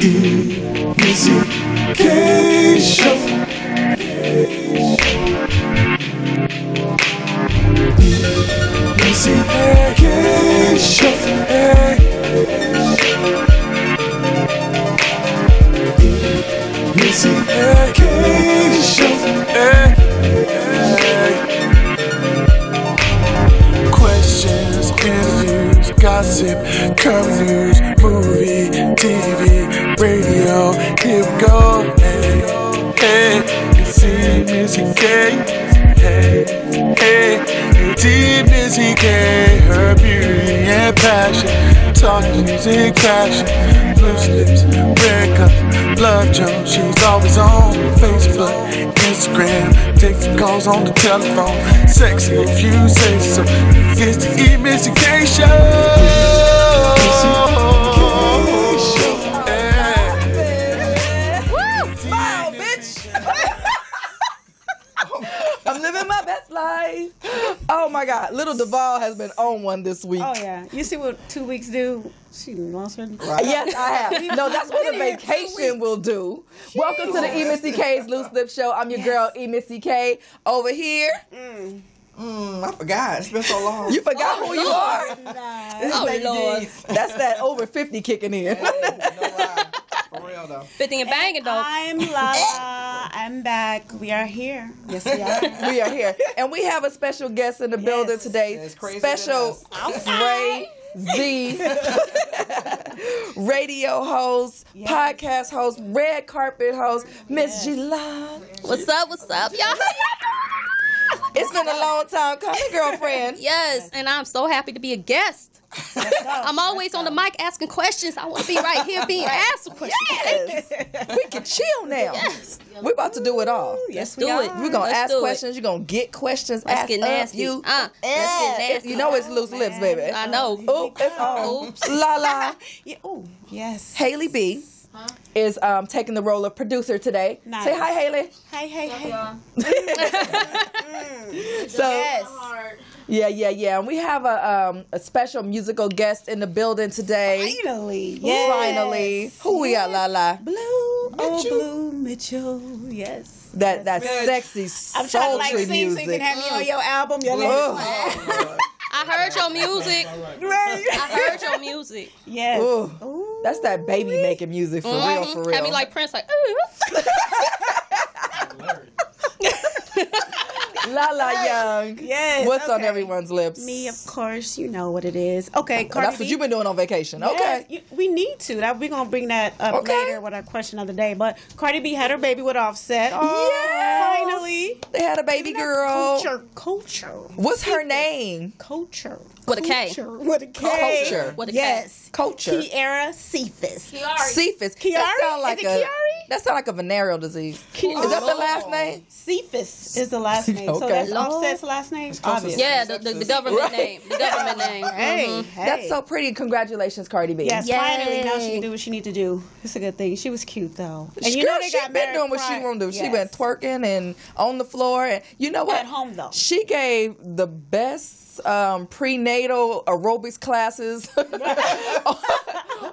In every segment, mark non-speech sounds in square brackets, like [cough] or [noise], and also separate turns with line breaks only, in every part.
Is it Keisha? Is it Keisha? Is it Keisha? Questions, interviews, gossip, current news, movie, TV, radio. Here we go. Hey, hey, you see Missy K. Hey, hey, you see Missy K. Her beauty and passion, talk music, fashion, loose lips, red cups, love jump. She's always on Facebook, Instagram, takes calls on the telephone. Sexy if you say so. It's the E Missy K show. Hey.
Woo! Smile, bitch! [laughs] I'm living my best life. Oh my God, little Duvall has been on one this week.
Oh yeah, you see what two weeks do? She lost her.
Yes, I have. [laughs] No, that's what a vacation will do. Welcome to the E Missy K's Loose Lip Show. I'm your girl E Missy K over here. Mm,
I forgot. It's been so long.
You forgot who you are.
oh, Lord.
That's that over 50 kicking in.
No lie. For real, though.
Fifty and banging though.
I'm Lala. I'm back. We are here. Yes, we are.
we are here. And we have a special guest in the building today.
That's crazier than
special Ray Z radio host, podcast host, red carpet host, Miss Gila.
What's up? What's up, y'all?
[laughs] It's been a long time coming, girlfriend.
yes, and I'm so happy to be a guest.
Oh,
I'm always on the mic asking questions. I want to be
[laughs]
right here being asked questions.
Yes. We can chill now.
Yes.
We're about to do it all.
Let's do it.
We're gonna
Let's
ask
do it.
questions. You're gonna get questions.
Let's
asked
get
of
nasty.
You.
Uh, let's
Yeah.
get nasty.
You know it's Oh. loose lips, baby.
I
[laughs]
know.
Oop, it's on.
Oops.
La la.
Yeah. Oh, yes.
Haley B is um, taking the role of producer today.
Nice.
Say hi, Haley.
[laughs] Hey, hey, hey.
So
Mm. Yes.
yeah, yeah, yeah. And we have a um, a special musical guest in the building today.
Finally. Yes.
Finally, who we got, La La?
Blue. Oh, Blue Mitchell. Yes.
That that
bitch.
sexy,
I'm trying to like
sultry
sing so you can
music.
have me on your album. Your
Ugh.
next
I heard your music.
Right.
I heard
[laughs]
your music.
Yes.
Ooh.
Ooh.
That's that baby making music for real,
Mm-hmm.
Mhm.
Oh, for real.
Had me like Prince, like. "Ooh."
La La Young.
Yes,
What's on
okay.
everyone's lips? Oh,
Me, of course, you know what it is. Okay, Cardi
That's
B.
what you've been doing on vacation.
Yes,
Okay.
you- we need to. That we're gonna bring that up
Okay.
later with our question of the day. But Cardi B had her baby with Offset. Oh,
Yes.
finally,
They had a baby girl.
Culture, culture,
What's her name?
culture.
With a K.
Culture. With a K.
Culture.
With a K.
yes.
Culture.
Kiara Cephas.
Cephas. That
Chiari?
sound
Is
like
it
a
Chiari?
that sound like a venereal disease. Is that the last
Oh.
name?
Cephas is the last name. So
Okay.
that's Offset's last name. Obviously.
Yeah, the, the, the government name.
[laughs]
The government name.
Hey, hey.
Mhm.
Mm-hmm. That's so pretty. Congratulations, Cardi B.
Yes,
Yay.
finally now she can do what she need to do. It's a good thing. She was cute though, and you know
Girl,
they
she
got
been
married
doing what she
prior-
want to do. She
Yes.
been twerking and on the floor, and you know what?
At home, though.
she gave the best um, prenatal aerobics classes [laughs]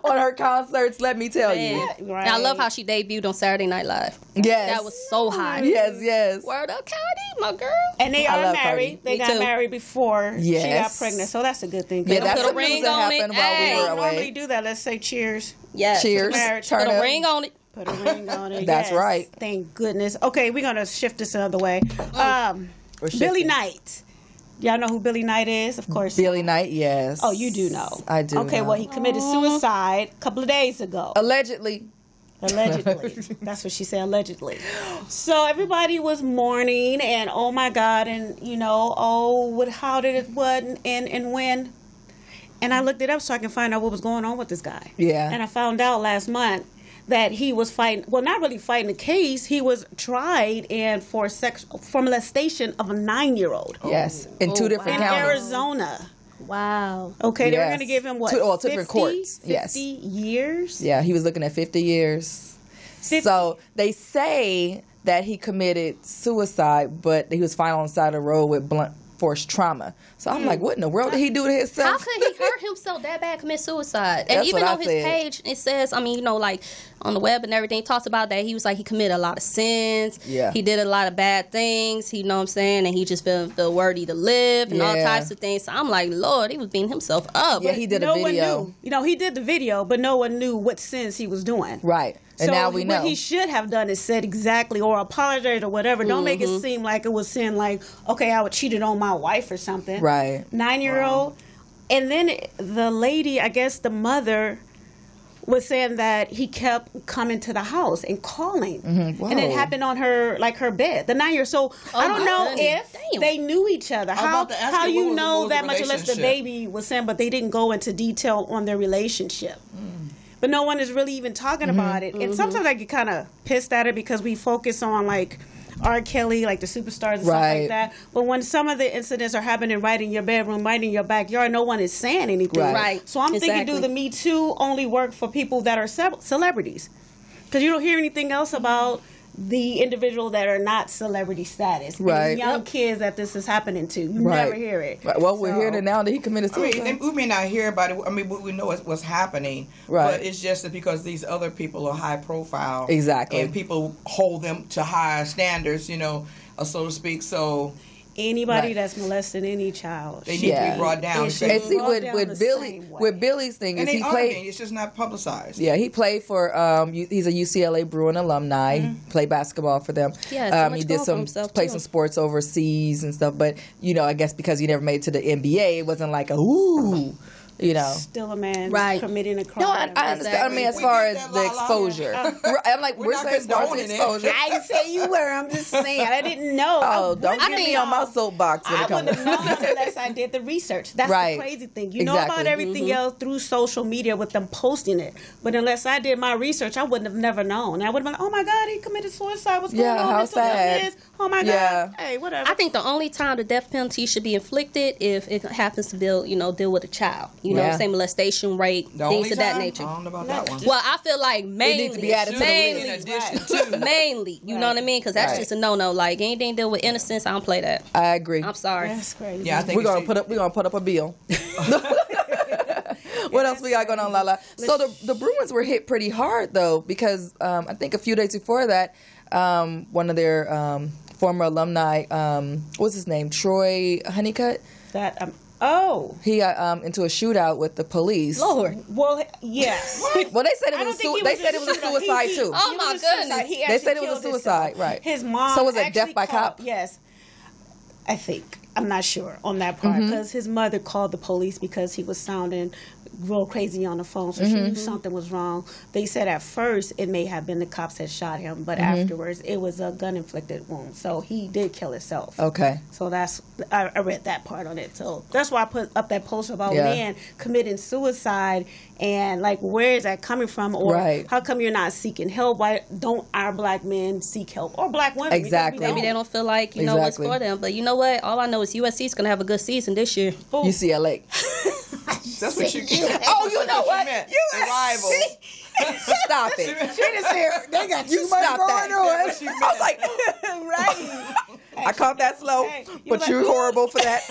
on her concerts. Let me tell you,
Man.
Right.
And I love how she debuted on Saturday Night Live.
yes, Mm-hmm.
That was so hot.
yes, yes.
Word up, Cody, my girl.
And they
I
are
love Cardi.
married. They
Me
got
too.
married before she got
Yes.
pregnant, so that's a good thing.
Yeah,
They
that's
put a
some news
ring
that
on it.
happened while
Hey.
we were
don't normally
away.
do that. Let's say cheers.
Yes.
Cheers,
marriage.
turn
Put a
up.
ring on it.
Put a ring on
[laughs]
it.
That's
yes.
right. Oh.
Thank goodness. Okay, we're gonna shift this another way. Um,
We're
Billy
shifting.
Knight. Y'all know who Billy Knight is, of course.
Billy Knight, yes.
Oh, you do know.
I do.
Okay,
know.
well, he committed suicide a couple of days ago.
allegedly. [laughs]
Allegedly. That's what she said, allegedly. So everybody was mourning and oh my God, and you know, oh what how did it what and and when? And I looked it up so I can find out what was going on with this guy.
Yeah.
And I found out last month that he was fighting. Well, not really fighting a case. He was tried and for sex for molestation of a nine year old
Yes, in two different
Oh. in
counties.
Arizona.
Wow.
Okay, they were
Oh, Yes.
going to give him what?
Two- well, different courts.
50
Yes.
years.
Yeah, he was looking at 50 years. So they say that he committed suicide, but he was found on the side of the road with blunt force trauma. So I'm
Hmm.
like, what in the world did he do to
How
himself?
could he hurt himself that bad, commit suicide? And
That's
even
what I
on his
said.
page, it says, I mean, you know, like on the web and everything, it talks about that he was like he committed a lot of sins.
Yeah.
He did a lot of bad things. He know what I'm saying, and he just felt feel worthy to live and all
Yeah.
types of things. So I'm like, Lord, he was beating himself up.
yeah, he did
no
a video.
one knew. You know, he did the video, but no one knew what sins he was doing.
Right. And
so
now we know.
what he should have done is said exactly or apologized or whatever. Don't make
Mm-hmm.
it seem like it was sin, like okay, I would cheated on my wife or something.
Right.
Nine year old, and then the lady, I guess the mother, was saying that he kept coming to the house and calling,
Mm-hmm.
and it
Whoa.
happened on her like her bed. The nine year old. So
Oh
I don't know
goodness.
if
Damn.
they knew each other. How
about to ask
how
you,
you
what was- what
know
was the
that much unless the
relationship?
baby was saying, but they didn't go into detail on their relationship but no one is really even talking
Mm-hmm.
about it. And sometimes I get kind of pissed at it because we focus on like R. Kelly, like the superstars and stuff
Right.
like that. But when some of the incidents are happening right in your bedroom, right in your backyard, no one is saying anything.
Right.
Right.
So I'm thinking,
Exactly.
do the Me Too only work for people that are ce- celebrities? Because you don't hear anything else about the individual that are not celebrity status.
Right.
And young
Yep.
kids that this is happening to. You never hear it.
Right. Well, we're
So-
hearing it now that he committed
I mean,
suicide.
they- we may not hear about it. I mean, we- we know it's what's happening,
Right.
But it's just that because these other people are high profile,
Exactly.
and people hold them to higher standards, you know, uh, so to speak. So
Anybody
Right.
that's molesting any child.
they
should
need to
Yeah.
be brought down.
It should
And
and see,
Well,
with,
down the
with Billy,
same way.
with Billy's thing is
they
he
are
played.
being- It's just not publicized.
Yeah, he played for. Um, U- he's a UCLA Bruin alumni. Played basketball for them.
Yeah, so
um, he
much
did
going for
some
himself,
played
too.
some sports overseas and stuff. But you know, I guess because he never made it to the NBA, it wasn't like a ooh, you know.
still a man
Right.
committing a crime.
No, I, I understand. I mean, as
We
far
did
as
that
the
la la.
exposure, Right, I'm like,
We're
we're,
not
saying as far as the
condoning it.
exposure.
[laughs] I didn't say you were. I'm just saying. I didn't know. I
Oh, don't
wouldn't
get me
know.
on my soapbox when
I
it
wouldn't
comes.
have known unless I did the research. That's
Right.
the crazy thing. You know about
Exactly. Mm-hmm.
everything else through social media with them posting it. But unless I did my research, I wouldn't have never known. I would have been like, oh my God, he committed suicide. What's
Yeah,
going on?
how
Mental
sad.
illness. Oh my God.
Yeah.
Hey, whatever.
I think the only time the death penalty should be inflicted if it happens to deal, you know, deal with a child. You know what
Yeah.
I'm saying? Molestation, rape,
The
things
only
of that
time?
nature.
I don't know about that one.
Well, I feel like mainly,
needs to be added to the
mainly,
In addition to
mainly. You know what I mean? Because that's
Right.
just a no no. Like anything deal with innocence, I don't play that.
I agree.
I'm sorry.
that's crazy.
yeah, I think
We're
it's-
gonna put up. We're gonna put up a bill. what else we got going on, Lala? So the the Bruins were hit pretty hard though, because um, I think a few days before that, um, one of their um, former alumni, um, what's his name, Troy Honeycutt,
That, um, oh,
he got um, into a shootout with the police.
Lord.
well, yes.
Well, they said
I
it
don't
was. a sui-
think he
they
was
said
a
it was a
shooter. He-
suicide
he-
too.
Oh,
It
my
was a suicide.
goodness.
He
They
actually
said it was a
killed
suicide,
himself.
right.
His mom.
So was it
actually
death by
called-
cop?
Yes, I think. I'm not sure on that part
Mm-hmm.
because his mother called the police because he was sounding real crazy on the phone, so
Mm-hmm.
she knew something was wrong. They said at first it may have been the cops that shot him, but
Mm-hmm.
afterwards it was a gun inflicted wound, so he did kill himself.
Okay.
So that's I, I read that part on it. So that's why I put up that post about
Yeah.
man committing suicide and like where is that coming from or
Right.
how come you're not seeking help? Why don't our black men seek help or black women? because we
Exactly.
Maybe they don't feel like you know
Exactly.
what's for them. But you know what? All I know is USC's gonna have a good season this year.
UCLA.
That's
[laughs]
what you get.
Oh, you know what?
meant.
You [laughs]
The rival.
Stop it. they got too much going
[laughs]
on.
I was like, right. I caught that slow,
Hey, you
but
like- Oh,
you're horrible for
[laughs]
that.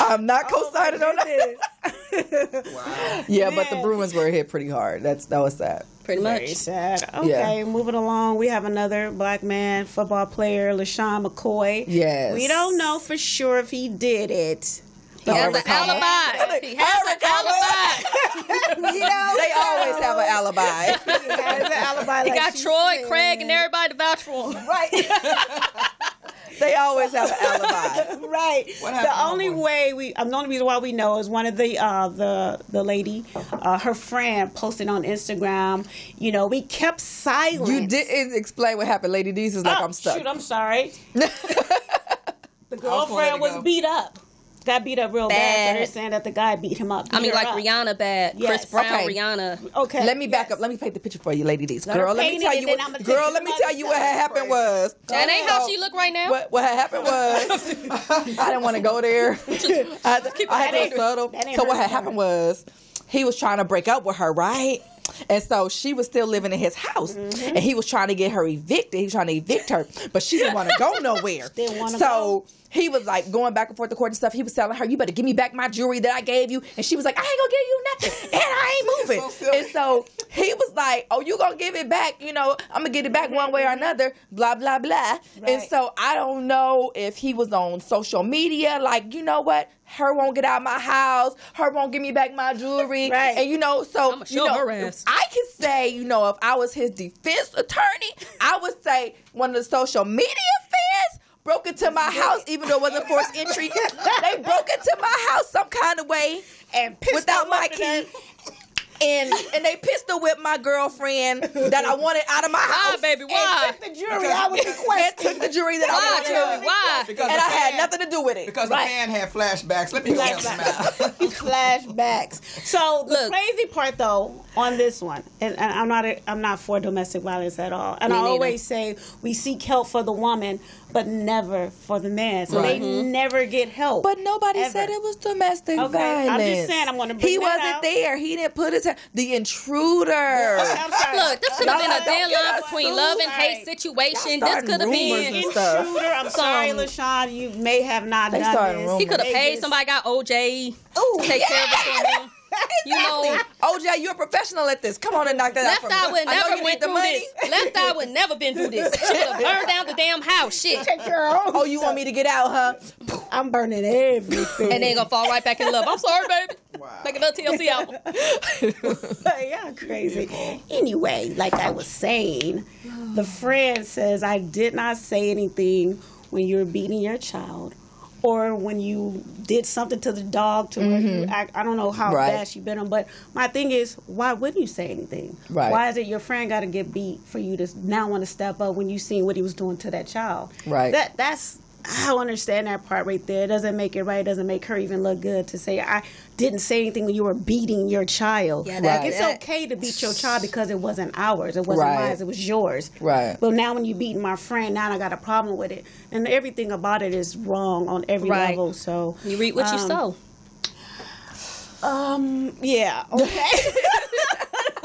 I'm not co-signing on that. [laughs] Yeah, but the
Man.
Bruins were hit pretty hard. That's that was sad.
Pretty
Very
much.
sad. Okay, moving along. We have another black man football player, LaShawn McCoy.
Yes.
We don't know for sure if he did it.
He has an
Hurricane.
alibi. He has an alibi.
[laughs] You know, they always have an alibi.
He [laughs] has an alibi.
He
like
got
she
Troy,
said.
Craig, and everybody to vouch for him.
They always have an alibi.
right.
happened,
The only
homeboy?
way we, um, the only reason why we know is one of the uh, the the lady, uh, her friend posted on Instagram. You know, we kept silent.
You didn't explain what happened, Lady D's is like
Oh,
I'm stuck.
Shoot, I'm sorry. the
gonna let
girlfriend
it
was
go.
beat up. got beat up real bad.
Bad.
So they're saying that the guy beat him up.
I
beat
mean,
her
like
up.
Rihanna bad, Chris
Yes.
Brown,
Okay.
Rihanna.
Okay.
Let me back
yes.
up. Let me paint the picture for you, lady. This
her
girl. Let me
paint it,
tell
and
you.
then
what-
I'ma take
girl,
you
let me
some
tell
other
you what
stuff
had happened
first.
was.
That ain't how she
So,
look right now.
What, what had happened was I didn't want to go
[laughs]
there. I had to, I had
that
to
ain't-
be subtle.
that ain't
So what
her
had happened was he was trying to break up with her, right? And so she was still living in his house,
Mm-hmm.
and he was trying to get her evicted. He was trying to evict her, but she didn't want to go nowhere.
[laughs] Didn't
so
wanna go.
he was like going back and forth to court and stuff. He was telling her, "You better give me back my jewelry that I gave you," and she was like, "I ain't gonna give you nothing, and
[laughs]
I ain't moving."
So silly.
and so he was like, "Oh, you gonna give it back? You know, I'm gonna get it back one way or another." Blah blah blah. And
Right.
so I don't know if he was on social media, like you know what, her won't get out of my house, her won't give me back my jewelry,
[laughs] Right.
and you know, so
I'ma
you
show
know,
her ass.
I can say, you know, if I was his defense attorney, I would say one of the social media fans broke into my house, even though it wasn't forced
[laughs]
entry. they broke into my house some kind of way
And pissed
without
her
my
off to
key.
death.
And and they pistol whipped my girlfriend that I wanted out of my
Why,
house.
baby?
[laughs]
And
Why?
took the jury. I was
And
requesting.
took the jury that
Why,
I wanted.
Jerry? Why?
Because
And
the
I had
fan-
nothing to do with it.
Because
Right.
the man had flashbacks. Let me go help him out.
flashbacks. flashbacks. So the
Look.
crazy part though on this one, and, and I'm not a, I'm not for domestic violence at all. And
Me
I
neither.
always say we seek help for the woman, but never for the man. So
Right.
they never get help.
But nobody
Ever.
said it was domestic
Okay,
violence.
I'm just saying, I'm gonna bring
He
that
wasn't
out.
there. He didn't put his hand. The intruder.
I'm sorry.
Look, this could have been a
Y'all don't
thin
get
line
us
between
sued.
love and hate
Right.
situation.
Y'all
This could have
starting rumors
been.
and
intruder.
stuff.
I'm sorry, LaShawn. You may have not
They started
done this.
He could have
They
paid
just-
somebody. Got OJ
Ooh,
to take care of it for [laughs] him. You know,
OJ, you're a professional at this. Come on and knock that
Left
out for
Eye
me.
would
I know
never
you
went
need the
through
money.
this. [laughs] Left Eye would never been through this. She would have burned down the damn house. Shit.
[laughs] Oh, you want me to get out, huh?
I'm burning everything.
And then gonna fall right back in love. I'm sorry, baby. Like another TLC album.
[laughs] yeah, crazy. Anyway, like I was saying, the friend says, I did not say anything when you were beating your child or when you did something to the dog to where you act. I don't know how
Mm-hmm. Right.
bad she bit him, but my thing is, why wouldn't you say anything?
Right.
Why is it your friend got to get beat for you to now want to step up when you seen what he was doing to that child?
Right.
That That's. I don't understand that part right there. It doesn't make it right. It doesn't make her even look good to say I didn't say anything when you were beating your child.
Yeah,
that-
Like, it's
that-
okay to beat your child because it wasn't ours. It wasn't
Right.
mine. It was yours.
Right.
But now when you beat my friend, now I got a problem with it. And everything about it is wrong on every
Right.
level. So
[laughs] You read what you
um,
sow.
Um.
[laughs]
Yeah. Okay.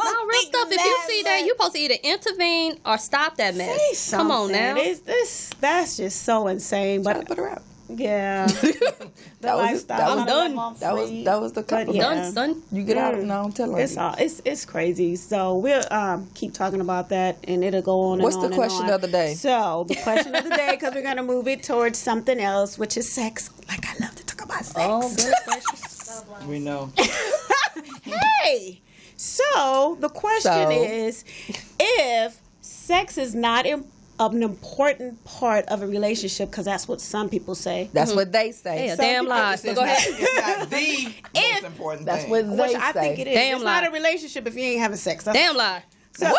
No, real stuff. If you
that-
see that, you're supposed to either intervene or stop that mess.
Say
Come on
something.
now.
This, this that's just so insane.
Trying to
But
put her out. [laughs]
yeah, the
That was-
lifestyle.
that
I
was-
don't let
done.
mom
That was-
free.
that was the
But
couple.
yeah.
Done, son.
You get out. No, I'm telling
It's
you.
all it's it's crazy. So we'll um, keep talking about that, and it'll go on.
What's
and
the
on
question
and on.
of the day?
So the question of the day, because we're gonna move it towards something else, which is sex. Like I love to talk about sex.
Oh,
[laughs]
good gracious.
[laughs] We know.
Hey. So the question
So?
is, if sex is not im- an important part of a relationship, because that's what some people say.
That's what they say.
Yeah,
So-
damn lies.
It's,
But
it's
go
not,
ahead.
it's not the most important
That's
thing.
what they
Which
say.
I think it is.
Damn
it's
lie.
not a relationship if you ain't having sex. That's
Damn lie.
So, I'm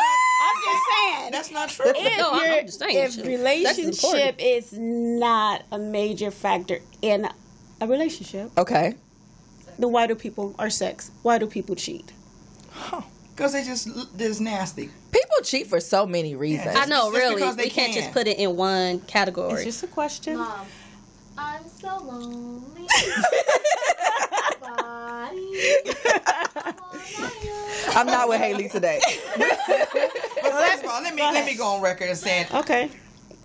just saying.
That's not true.
if
[laughs] No, I'm-
your-
I'm just saying,
if
shit. That's important.
relationship is not a major factor in a relationship,
Okay.
then why do people or sex? Why do people cheat?
Because they just l- this nasty.
People cheat for so many reasons.
I know,
Just
really.
because they
We can't
can.
just put it in one
It's
category.
just a question.
Mom, I'm so lonely. Body.
I'm not with Haley [laughs]
[laughs]
today.
But first of all, let me let me go on record as saying
Okay.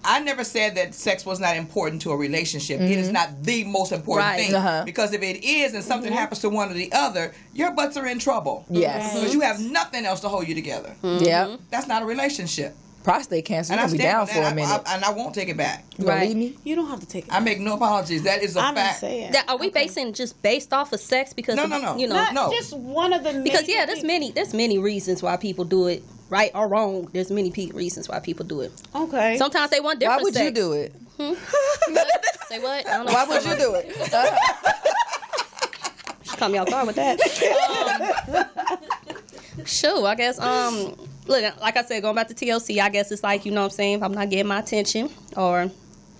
I never said that sex was not important to a relationship. It is not the most important
Right.
thing
Mm-hmm. Uh-huh. Mm-hmm.
because if it is and something happens to one or the other, your butts are in trouble.
Yes.
Because you have nothing else to hold you together.
Yep.
That's not a relationship.
Prostate cancer.
And
You're going
I
to Mm-hmm. be down
stand by
for
that.
a minute.
I, I, and I won't take it back.
You going to
Right.
leave me?
You don't have to take it.
I make no apologies. That is a
I'm
fact.
just saying.
That- are we basing just based off of sex? Because
No,
of-
no, no.
You know,
Not
no.
just one of the many
because yeah, there's
things-
many there's many reasons why people do it right or wrong. There's many pe- reasons why people do it.
Okay.
Sometimes they want
Why
different.
would you
sex.
do it?
Say what? I don't know.
Why would you do it? Uh,
She caught me off guard with that. um, sure, I guess. Um, look, like I said, going back to TLC, I guess it's like you know what I'm saying. If I'm not getting my attention, or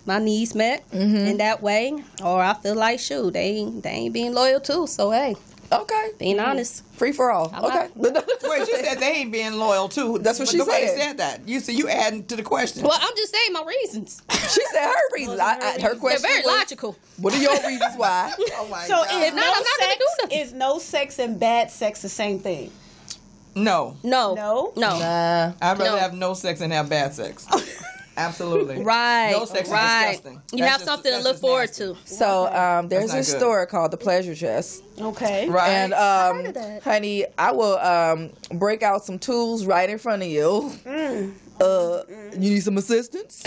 my needs met
Mm-hmm.
in that way, or I feel like shoot, they ain't- they ain't being loyal too. So hey,
Okay.
being honest,
Free for all.
I'm
okay.
Wait, you said they ain't being loyal too.
That's what
But
she
nobody
said.
that. You said you adding to the question.
well, I'm just saying my reasons.
she said her reasons. I, I, her
They're
question
very
was,
logical.
What are your reasons why?
oh my
So
God.
is
If not,
no,
I'm not gonna
sex,
do nothing.
is no sex and bad sex the same thing?
no,
No,
No?
no.
Uh,
I'd rather
No.
have no sex than have
[laughs]
bad sex. Absolutely.
Right,
No sex
right.
is disgusting.
You
That's
have
just-
something to
that's
look
just
forward
nasty.
to.
so um, there's
not
a
good.
store called the Pleasure Chest.
Okay.
Right.
And um, honey, I will um, break out some tools right in front of you. Uh, you need some assistance.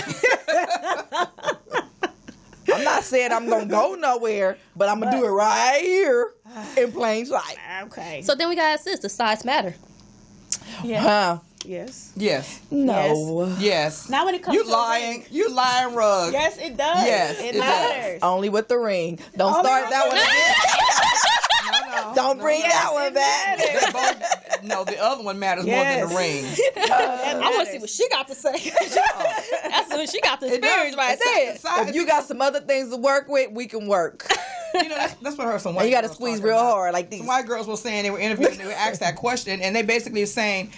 I'm not saying I'm gonna go nowhere, but I'm gonna do it right here in plain sight.
Okay.
So then we gotta assist. The size matter.
yeah.
Huh?
yes.
yes.
No.
Yes.
Now when it comes
You
to
lying. You lying, rug.
yes, it does.
Yes,
it,
it
matters.
Only with the ring. Don't start that one. Again.
No, no.
Don't bring that one
it
back.
matters.
They both- no, the other one matters more than the ring.
[laughs]
I want to see what she got to say. That's what she got to experience right
It's
there.
outside-
If you got some other things to work with, we can work.
you know, that's, that's what
[laughs]
I heard some white
And you got to
girls
squeeze
talking
real
about.
hard like these.
Some white girls were saying they were
[laughs]
interviewed and they were asked that question, and they basically saying,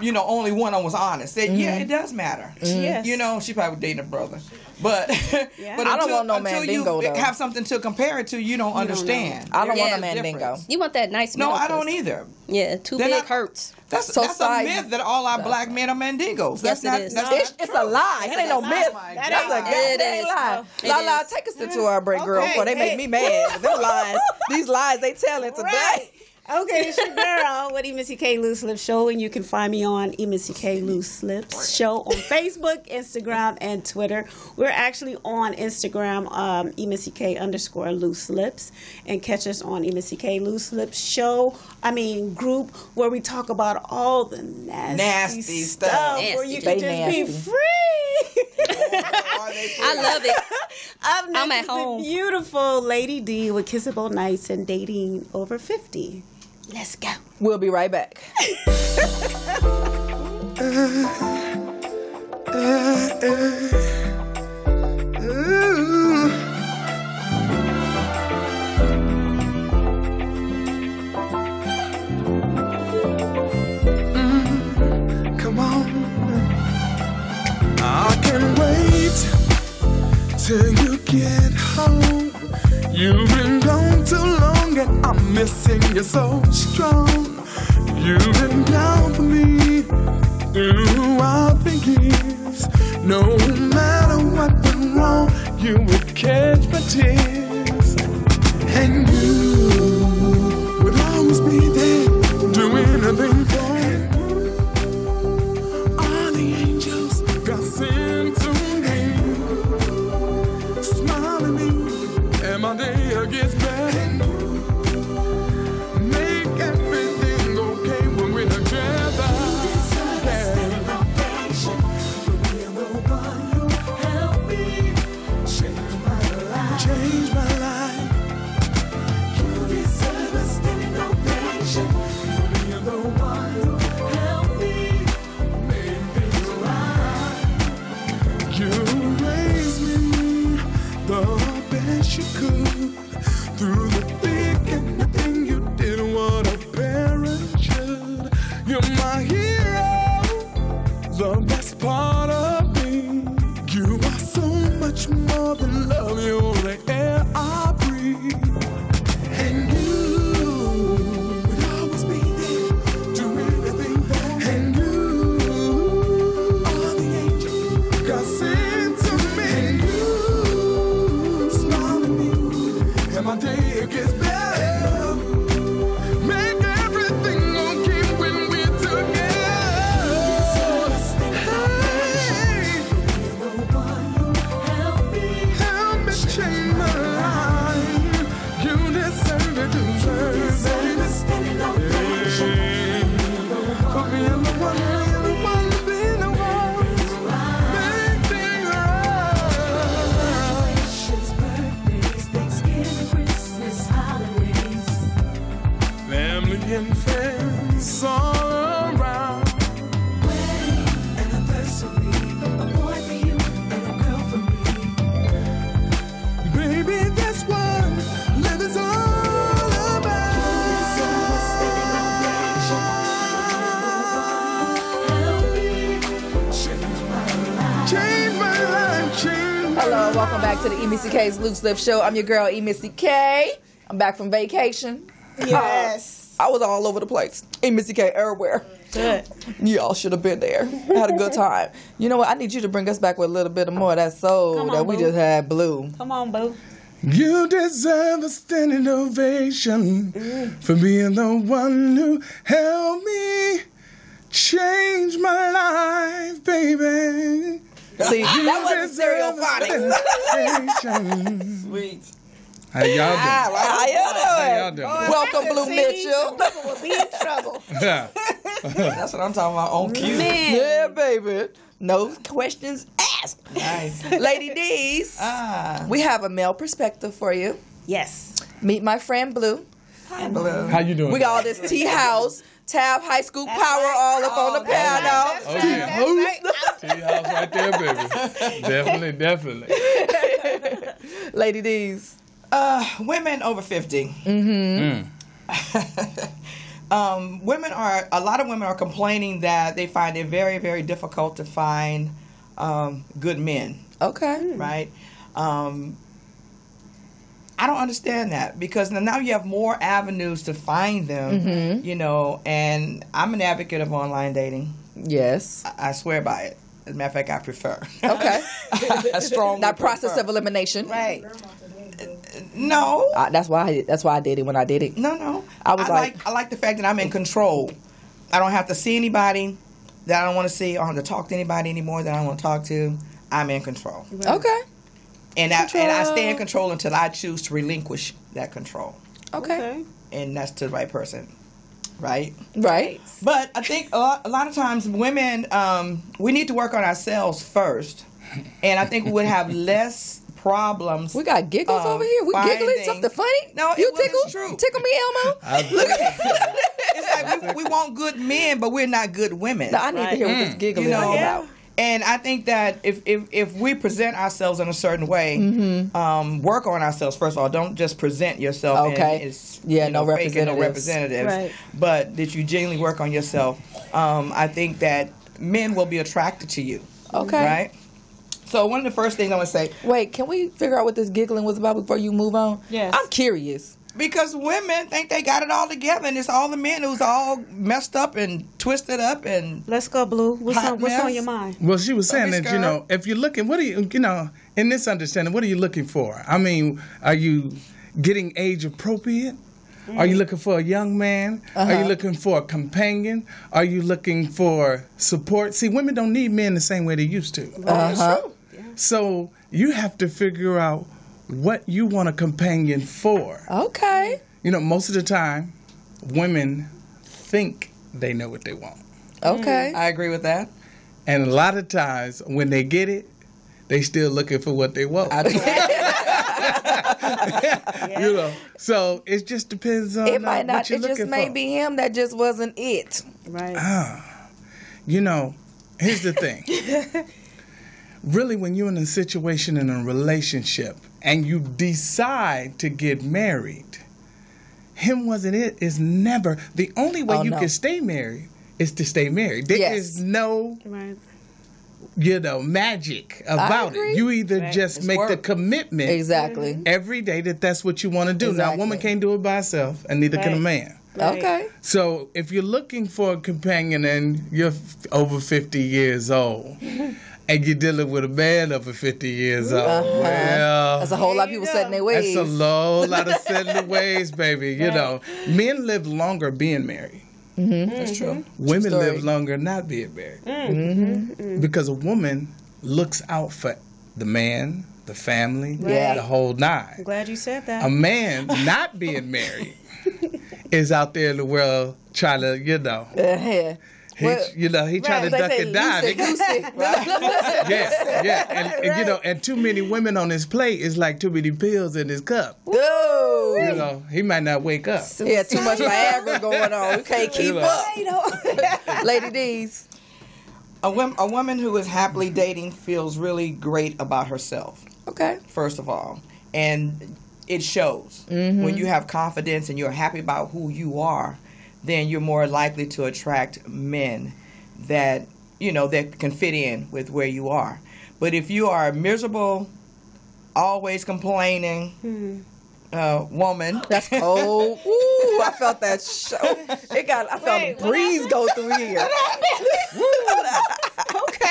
you know, only one of them was honest. Said,
Mm-hmm.
yeah, it does matter.
Yes.
You know, she probably dating a brother, but [laughs]
Yeah.
but
I don't
until-
want no
until
mandingo,
you
though.
have something to compare it to, you don't understand.
I don't
There's
want a
a
mandingo.
difference.
[laughs] You want that nice?
No,
middle
I don't
person.
either.
Yeah, too
Then
big
I-
hurts.
That's
So
that's
size-
a myth that all our black men are mandingos.
Yes,
That's
it
not.
is.
That's
It's, it's a lie. It ain't no
Oh,
myth.
my
That
That's a
ain't-
goddamn
It is.
lie.
It
La
is.
La, take us to our break, girl.
Okay,
Boy, they make
hey.
me mad. Them lies. These lies they telling today.
Right. Okay, it's your girl [laughs] with E Missy K Loose Lips Show, and you can find me on E Missy K Loose Lips Show on Facebook, Instagram, and Twitter. We're actually on Instagram, um, E Missy K underscore Loose Lips, and catch us on E Missy K Loose Lips Show. I mean, group where we talk about all the nasty,
Nasty
stuff,
stuff.
where you
They
can just
nasty.
be free. [laughs]
Are they
I love
[laughs]
it.
I'm,
I'm at
at home.
home.
Beautiful Lady D with Kissable Nights and Dating Over 50. Let's go.
We'll be right back.
Mm, Come on. I can wait till you get home. You've been gone too long and I'm missing you so strong. You've been down for me throughout the years. No matter what went wrong, you would catch my tears. And you would always be there, do anything for me. All the angels got sent to me, smiling me, and my day gets better. Make everything okay when we're together. Yeah. Change my life.
Hello, welcome back to the E. K's Loose Lip Show. I'm your girl, E. Missy K. I'm back from vacation.
Yes.
I was all over the place. E. Missy K everywhere.
Good.
Y'all should have been there. Had a good time. You know what? I need you to bring us back with a little bit more of that soul
Come on,
that we
boo.
just had blue.
Come on, boo.
You deserve a standing ovation for being the one who helped me change my life, baby.
See, that
You
wasn't
deserve a
stereophonics.
standing ovation.
Sweet.
How y'all doing?
How
How
y'all
y'all
doing?
doing?
Welcome, Blue Mitchell.
We'll be in trouble.
[laughs] Yeah.
That's what I'm talking about. On cue.
Yeah, baby. No questions asked. [laughs]
Nice.
Lady D's,
Ah.
we have a male perspective for you.
Yes.
Meet my friend Blue.
Blue.
How you doing?
We got all
[laughs]
this tea house, tab high school power all up on the panel.
that's
Oh, yeah. Tea house right there, [laughs] baby. definitely, definitely.
Lady D's.
Uh, women over 50. Mm-hmm. [laughs] um, women are, a lot of women are complaining that they find it very, very difficult to find um, good men,
Okay.
right? Um, I don't understand that because now you have more avenues to find them,
Mm-hmm.
you know, and I'm an advocate of online dating.
Yes.
I swear by it. As a matter of fact, I [laughs] prefer.
Okay.
I strongly
that process
prefer.
of elimination.
Right.
No.
I, that's why I, that's why I did it when I did it.
No, no.
I was
I
like-
like, I like the fact that I'm in control. I don't have to see anybody that I don't want to see. I don't have to talk to anybody anymore that I don't want to talk to. I'm in control,
Okay.
and I, and I stay in control until I choose to relinquish that control,
Okay.
and that's to the right person, right?
Right.
But I think a lot, a lot of times women, um, we need to work on ourselves first, and I think we would have [laughs] less problems.
We got giggles
Um,
over here. We giggling
finding-
something funny.
No, it
you
wasn't
tickle,
true.
tickle me, Elmo.
it's like we, we want good men, but we're not good women.
No, I need to hear what this
Mm.
giggling is about.
And I think that if, if, if we present ourselves in a certain way,
Mm-hmm.
um, work on ourselves first of all. Don't just present yourself.
Okay.
And it's,
Yeah,
you
no
know, fake and no
representatives.
representatives.
Right.
But did you genuinely work on yourself? Um, I think that men will be attracted to you.
Okay.
Right. So one of the first things I want to say
Wait, can we figure out what this giggling was about before you move on?
Yes.
I'm curious.
because women think they got it all together, and it's all the men who's all messed up and twisted up and
Let's go, Blue. What's
Hot
on What's on
mess.
your mind?
Well, she was saying
be
that you know, if you're looking, what are you, you know, in this understanding, what are you looking for? I mean, are you getting age appropriate? Are you looking for a young man? Are you looking for a companion? Are you looking for support? See, women don't need men the same way they used to.
Uh-huh.
So you have to figure out what you want a companion for.
Okay.
You know, most of the time, women think they know what they want.
Okay.
I agree with that.
And a lot of times when they get it, they still looking for what they want. [laughs] You know, so it just depends on
it might
uh,
not.
what you're
It
looking
just may
for.
be him that just wasn't it.
Right.
You know, here's the
[laughs]
thing. really, when you're in a situation in a relationship and you decide to get married, him wasn't it is never the only way
Oh,
you
no.
can stay married is to stay married. There is
Yes.
no
Right.
you know magic about
agree.
it. You either just make the
work.
commitment
Exactly.
Mm-hmm.
every day that that's what you want to do. Now, a woman
Exactly.
can't do it by herself, and neither can a
Right.
man.
Right.
Okay.
So, if you're looking for a companion and you're f- over 50 years old, and you're dealing with a man over 50 years old, well,
That's a whole lot of people setting their ways.
that's a low lot of settling ways, baby. You know, men live longer being married.
That's true. Mm-hmm.
Women
story.
live longer not being married. Because a woman looks out for the man, the family,
Yeah.
the whole nine.
Glad you said
a
that.
man not being married is out there in the world trying to, you know,
[laughs] Yeah.
he,
Well,
you know, he trying to duck and dive. [laughs]
[laughs]
yeah, yeah, and, and, you know, and too many women on his plate is like too many pills in his cup. You
Dude.
know, he might not wake up.
Yeah, too much [laughs] Viagra going on. We can't keep
know.
up. [laughs] Lady D's.
A, wom- a woman who is happily dating feels really great about herself,
Okay.
first of all. And it shows.
Mm-hmm.
When you have confidence and you're happy about who you are, then you're more likely to attract men that, you know, that can fit in with where you are. But if you are miserable always complaining uh, woman.
Hmm. That's
[laughs]
cold. Ooh, I felt that show. It got. I felt a breeze go through here.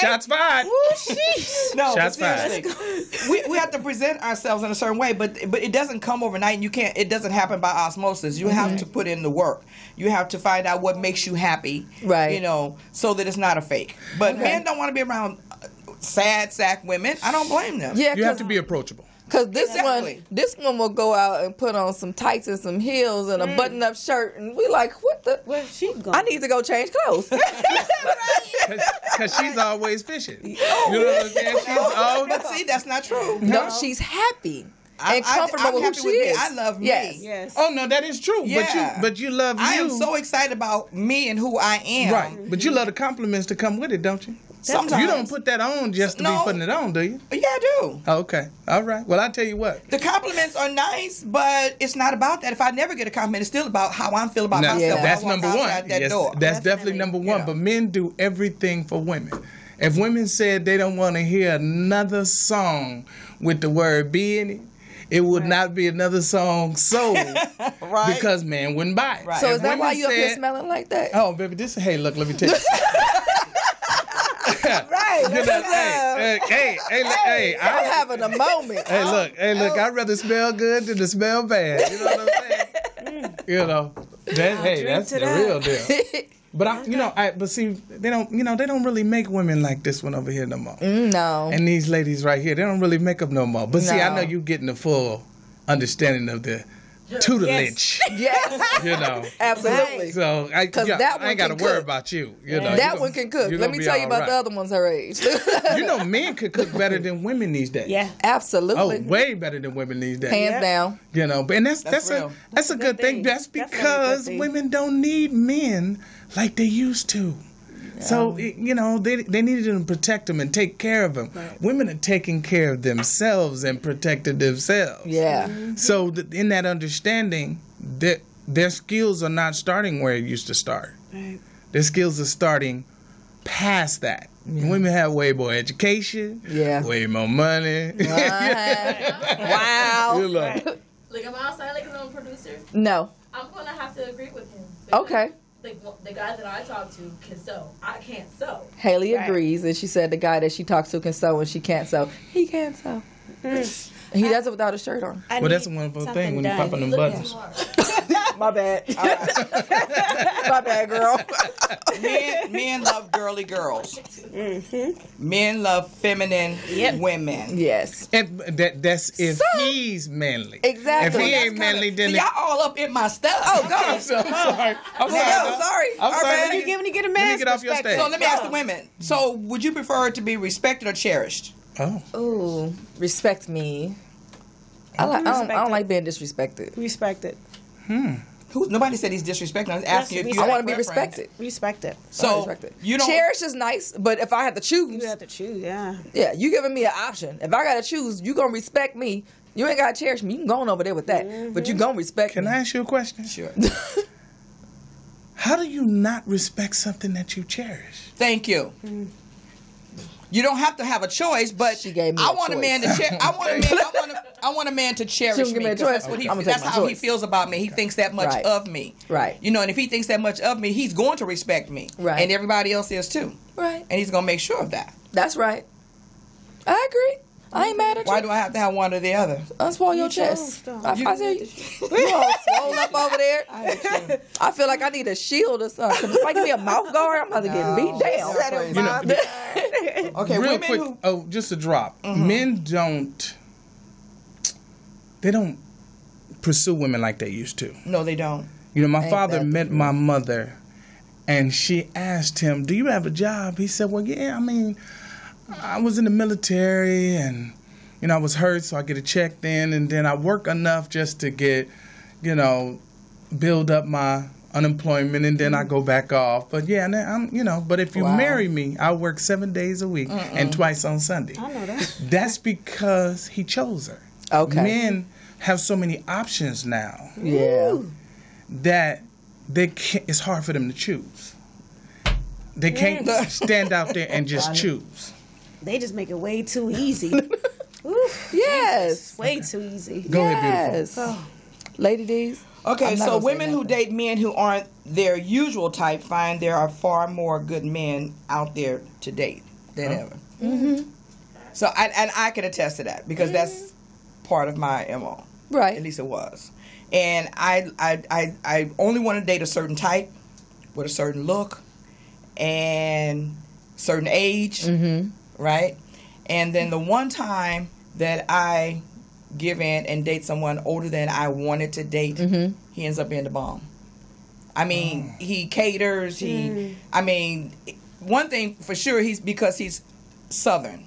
Shots fired.
No, but
Shots fired.
seriously, we, we have to present ourselves in a certain way, but but it doesn't come overnight. And you can't. It doesn't happen by osmosis. You have
Mm-hmm.
to put in the work. You have to find out what makes you happy,
Right.
You know, so that it's not a fake. But men don't want to be around uh, sad sack women. I don't blame them.
Yeah,
You have
because
to be approachable.
this
Exactly.
one, this one will go out and put on some tights and some heels and a button-up shirt, and we like, Mm. what the?
Where she going?
I need to go change [laughs] clothes.
Because she's always
[laughs]
fishing. You know what I'm saying? She's
Oh,
always.
but [laughs] see, that's not true.
no, she's happy
I-
and
I-
comfortable
I'm
with
happy
who she
with me.
is.
I love me.
Yes.
yes.
Oh no, that is true. But
Yeah.
you, but you love you.
I am so excited about me and who I am.
right. But you love the compliments to come with it, don't you?
Sometimes
You don't put that on just to
No.
be putting it on, do you?
Yeah, I do.
Okay. All right. Well, I tell you what.
The compliments are nice, but it's not about that. If I never get a compliment, it's still about how I'm feeling about
Now,
myself. when
that's
I walk
number
outside
one.
That
Yes,
door.
That's definitely number one.
Yeah.
But men do everything for women. If women said they don't want to hear another song with the word "be" in it, it would not be another song sold
[laughs] right.
because men wouldn't buy it.
Right.
So
If
is that why
women
you up here
said-
smelling like that?
Oh, baby, this hey, look, let me tell you.
[laughs] right.
[laughs] You know, hey, hey, hey, hey, look, hey, I,
I'm having a [laughs] moment.
hey, look, hey,
oh.
look, I'd rather smell good than to smell bad. You know what I'm saying?
[laughs]
you know, that, hey, that's the real deal. [laughs] But I, you know, I, but see, they don't, you know, they don't really make women like this one over here no more.
Mm. no.
And these ladies right here, they don't really make up no more. But see, I
No.
know you getting the full understanding of the tutelage,
yes,
[laughs] you know.
[laughs] absolutely.
So I,
'Cause
yeah,
that
I
one
ain't got to
can
worry
cook.
about you. You know,
That one can cook. Let me tell you about the other ones her age.
other. You know, men could cook better than women these days.
yeah.
Oh,
[laughs] absolutely.
way better than women these days.
Hands down.
You know, but and that's that's,
That's
a
real.
that's a good thing.
thing.
That's
Definitely a good
because
thing.
women don't need men like they used to. So it- you know they they needed to protect them and take care of them. Women are taking care of themselves and protecting themselves.
Yeah.
So th- in that understanding, that their skills are not starting where it used to start. Their skills are starting past that. Women have way more education.
Yeah.
Way more money.
Wow.
[laughs] You know.
Look, I'm outside like his own producer.
No.
I'm gonna have to agree with him. because
Okay.
The, the guy that I talk to can sew. I can't sew.
[laughs]
Haley agrees, and she said the guy that she talks to can sew, and she can't sew. He can sew. And he does it without a shirt on.
I
Well,
need
that's a wonderful
something
thing when you
done.
pop on them buttons.
My bad. [laughs] My bad, girl.
men, men love girly girls.
Mm-hmm.
Men love feminine women.
Yes.
And that that's if
So-
he's manly.
Exactly.
If he
That's
ain't manly, then
See, y'all all up in my stuff. Oh,
[laughs] I'm so- I'm sorry. I'm sorry.
Yeah,
sorry.
I'm
Our
sorry.
bad.
Let me-
Give me get a
Let me
man's
get off your stage.
So let me ask the women. So would you prefer to be respected or cherished?
Oh,
Ooh, respect me. I, like, I, don't, I
Respect
don't
it.
like being disrespected.
Respect it.
Who, nobody said he's disrespected. I was asking
Yes,
if you.
I
had
want to be
preference.
respected.
Respect it.
I wanna
So
be respected.
you don't.
Cherish is nice, but if I had to choose,
You have to choose. Yeah.
yeah, you giving me an option. If I got to choose, you gonna respect me. You ain't gotta cherish me. You can go on over there with that, but you gonna respect
can
me.
I ask you a question?
Sure.
How do you not respect something that you cherish?
Thank you. You don't have to have a choice, but
She gave me
I
a
want a
choice.
man to cherish. I want a man. I want a, I want a man to cherish
She don't give me a
'cause
choice.
That's, what he,
Okay. I'ma take
that's
my
how he
choice.
feels about me. He thinks that much
Right.
of me.
Right.
You know, and if he thinks that much of me, he's going to respect me.
Right.
And everybody else is too.
Right.
And he's going to make sure of that.
[laughs] That's right. I agree. I ain't mad at
Why
you.
do I have to have one or the other?
Unswole your chest.
chose,
I, I tell you, [laughs] you all swole up over there. I feel like I need a shield or something. Just like me a mouth guard, I'm about to get beat down.
You know,
Okay,
real
women
quick.
who
Oh, just a drop.
Mm-hmm.
Men don't. They don't pursue women like they used to.
no, they don't.
You know, my
Ain't
father
that the
met my mother, and she asked him, "Do you have a job?" He said, "Well, yeah. I mean, I was in the military, and you know, I was hurt, so I get a check then, and then I work enough just to get, you know, build up my." Unemployment, and then I
Mm-hmm.
go back off. But yeah, and then I'm, you know. But if you marry me, I work seven days a week and twice on Sunday.
I know that.
That's because he chose her.
Okay.
Men have so many options now
Yeah.
that they can it's hard for them to choose. They
[laughs]
can't stand out there and just choose.
They just make it way too easy.
Yes.
Way too easy.
Go ahead, beautiful.
Yes. Lady D's.
Okay,
I'm not
so
gonna say
women who
nothing.
date men who aren't their usual type find there are far more good men out there to date than ever. Mm-hmm. So, and, and I can attest to that because that's part of my MO.
Right.
At least it was. And I, I, I, I only want to date a certain type with a certain look and certain age, right? And then the one time that I give in and date someone older than I wanted to date, he ends up being the bomb. I mean,
Oh.
he caters. He,
Mm.
I mean, one thing for sure, he's because he's southern.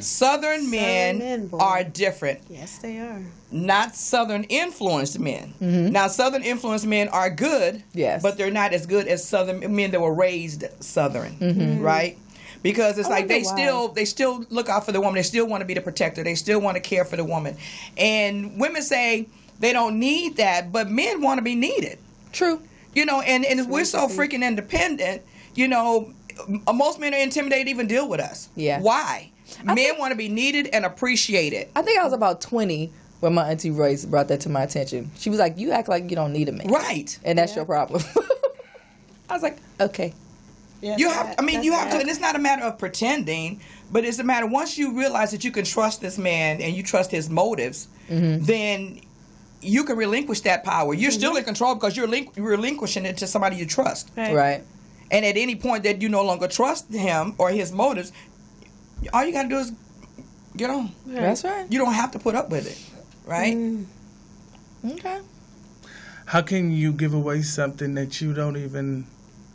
Southern men,
Mm. men, boy.
are different,
Yes, they are.
not southern influenced men. Now, southern influenced men are good,
Mm-hmm. Yes.
but they're not as good as southern men that were raised southern,
Mm-hmm.
right? Because it's like they still they still look out for the woman. They still want to be the protector. They still want to care for the woman. And women say they don't need that, but men want to be needed
True.
you know and, and we're so freaking independent you know m- most men are intimidated to even deal with us
Yeah.
why men want to be needed and appreciated
I think I was about 20 when my auntie Royce brought that to my attention. She was like, "You act like you don't need a man,
right
and that's your problem." [laughs] I was like, "Okay,
Yes,
you have
that-
i mean
that's
you have to
that.
and it's not a matter of pretending but it's a matter once you realize that you can trust this man and you trust his motives then you can relinquish that power you're still in control because you're link- you're relinquishing it to somebody you trust
Right.
right,
and at any point that you no longer trust him or his motives all you got to do is get on
that's right,
you don't have to put up with it, right?
okay."
How can you give away something that you don't even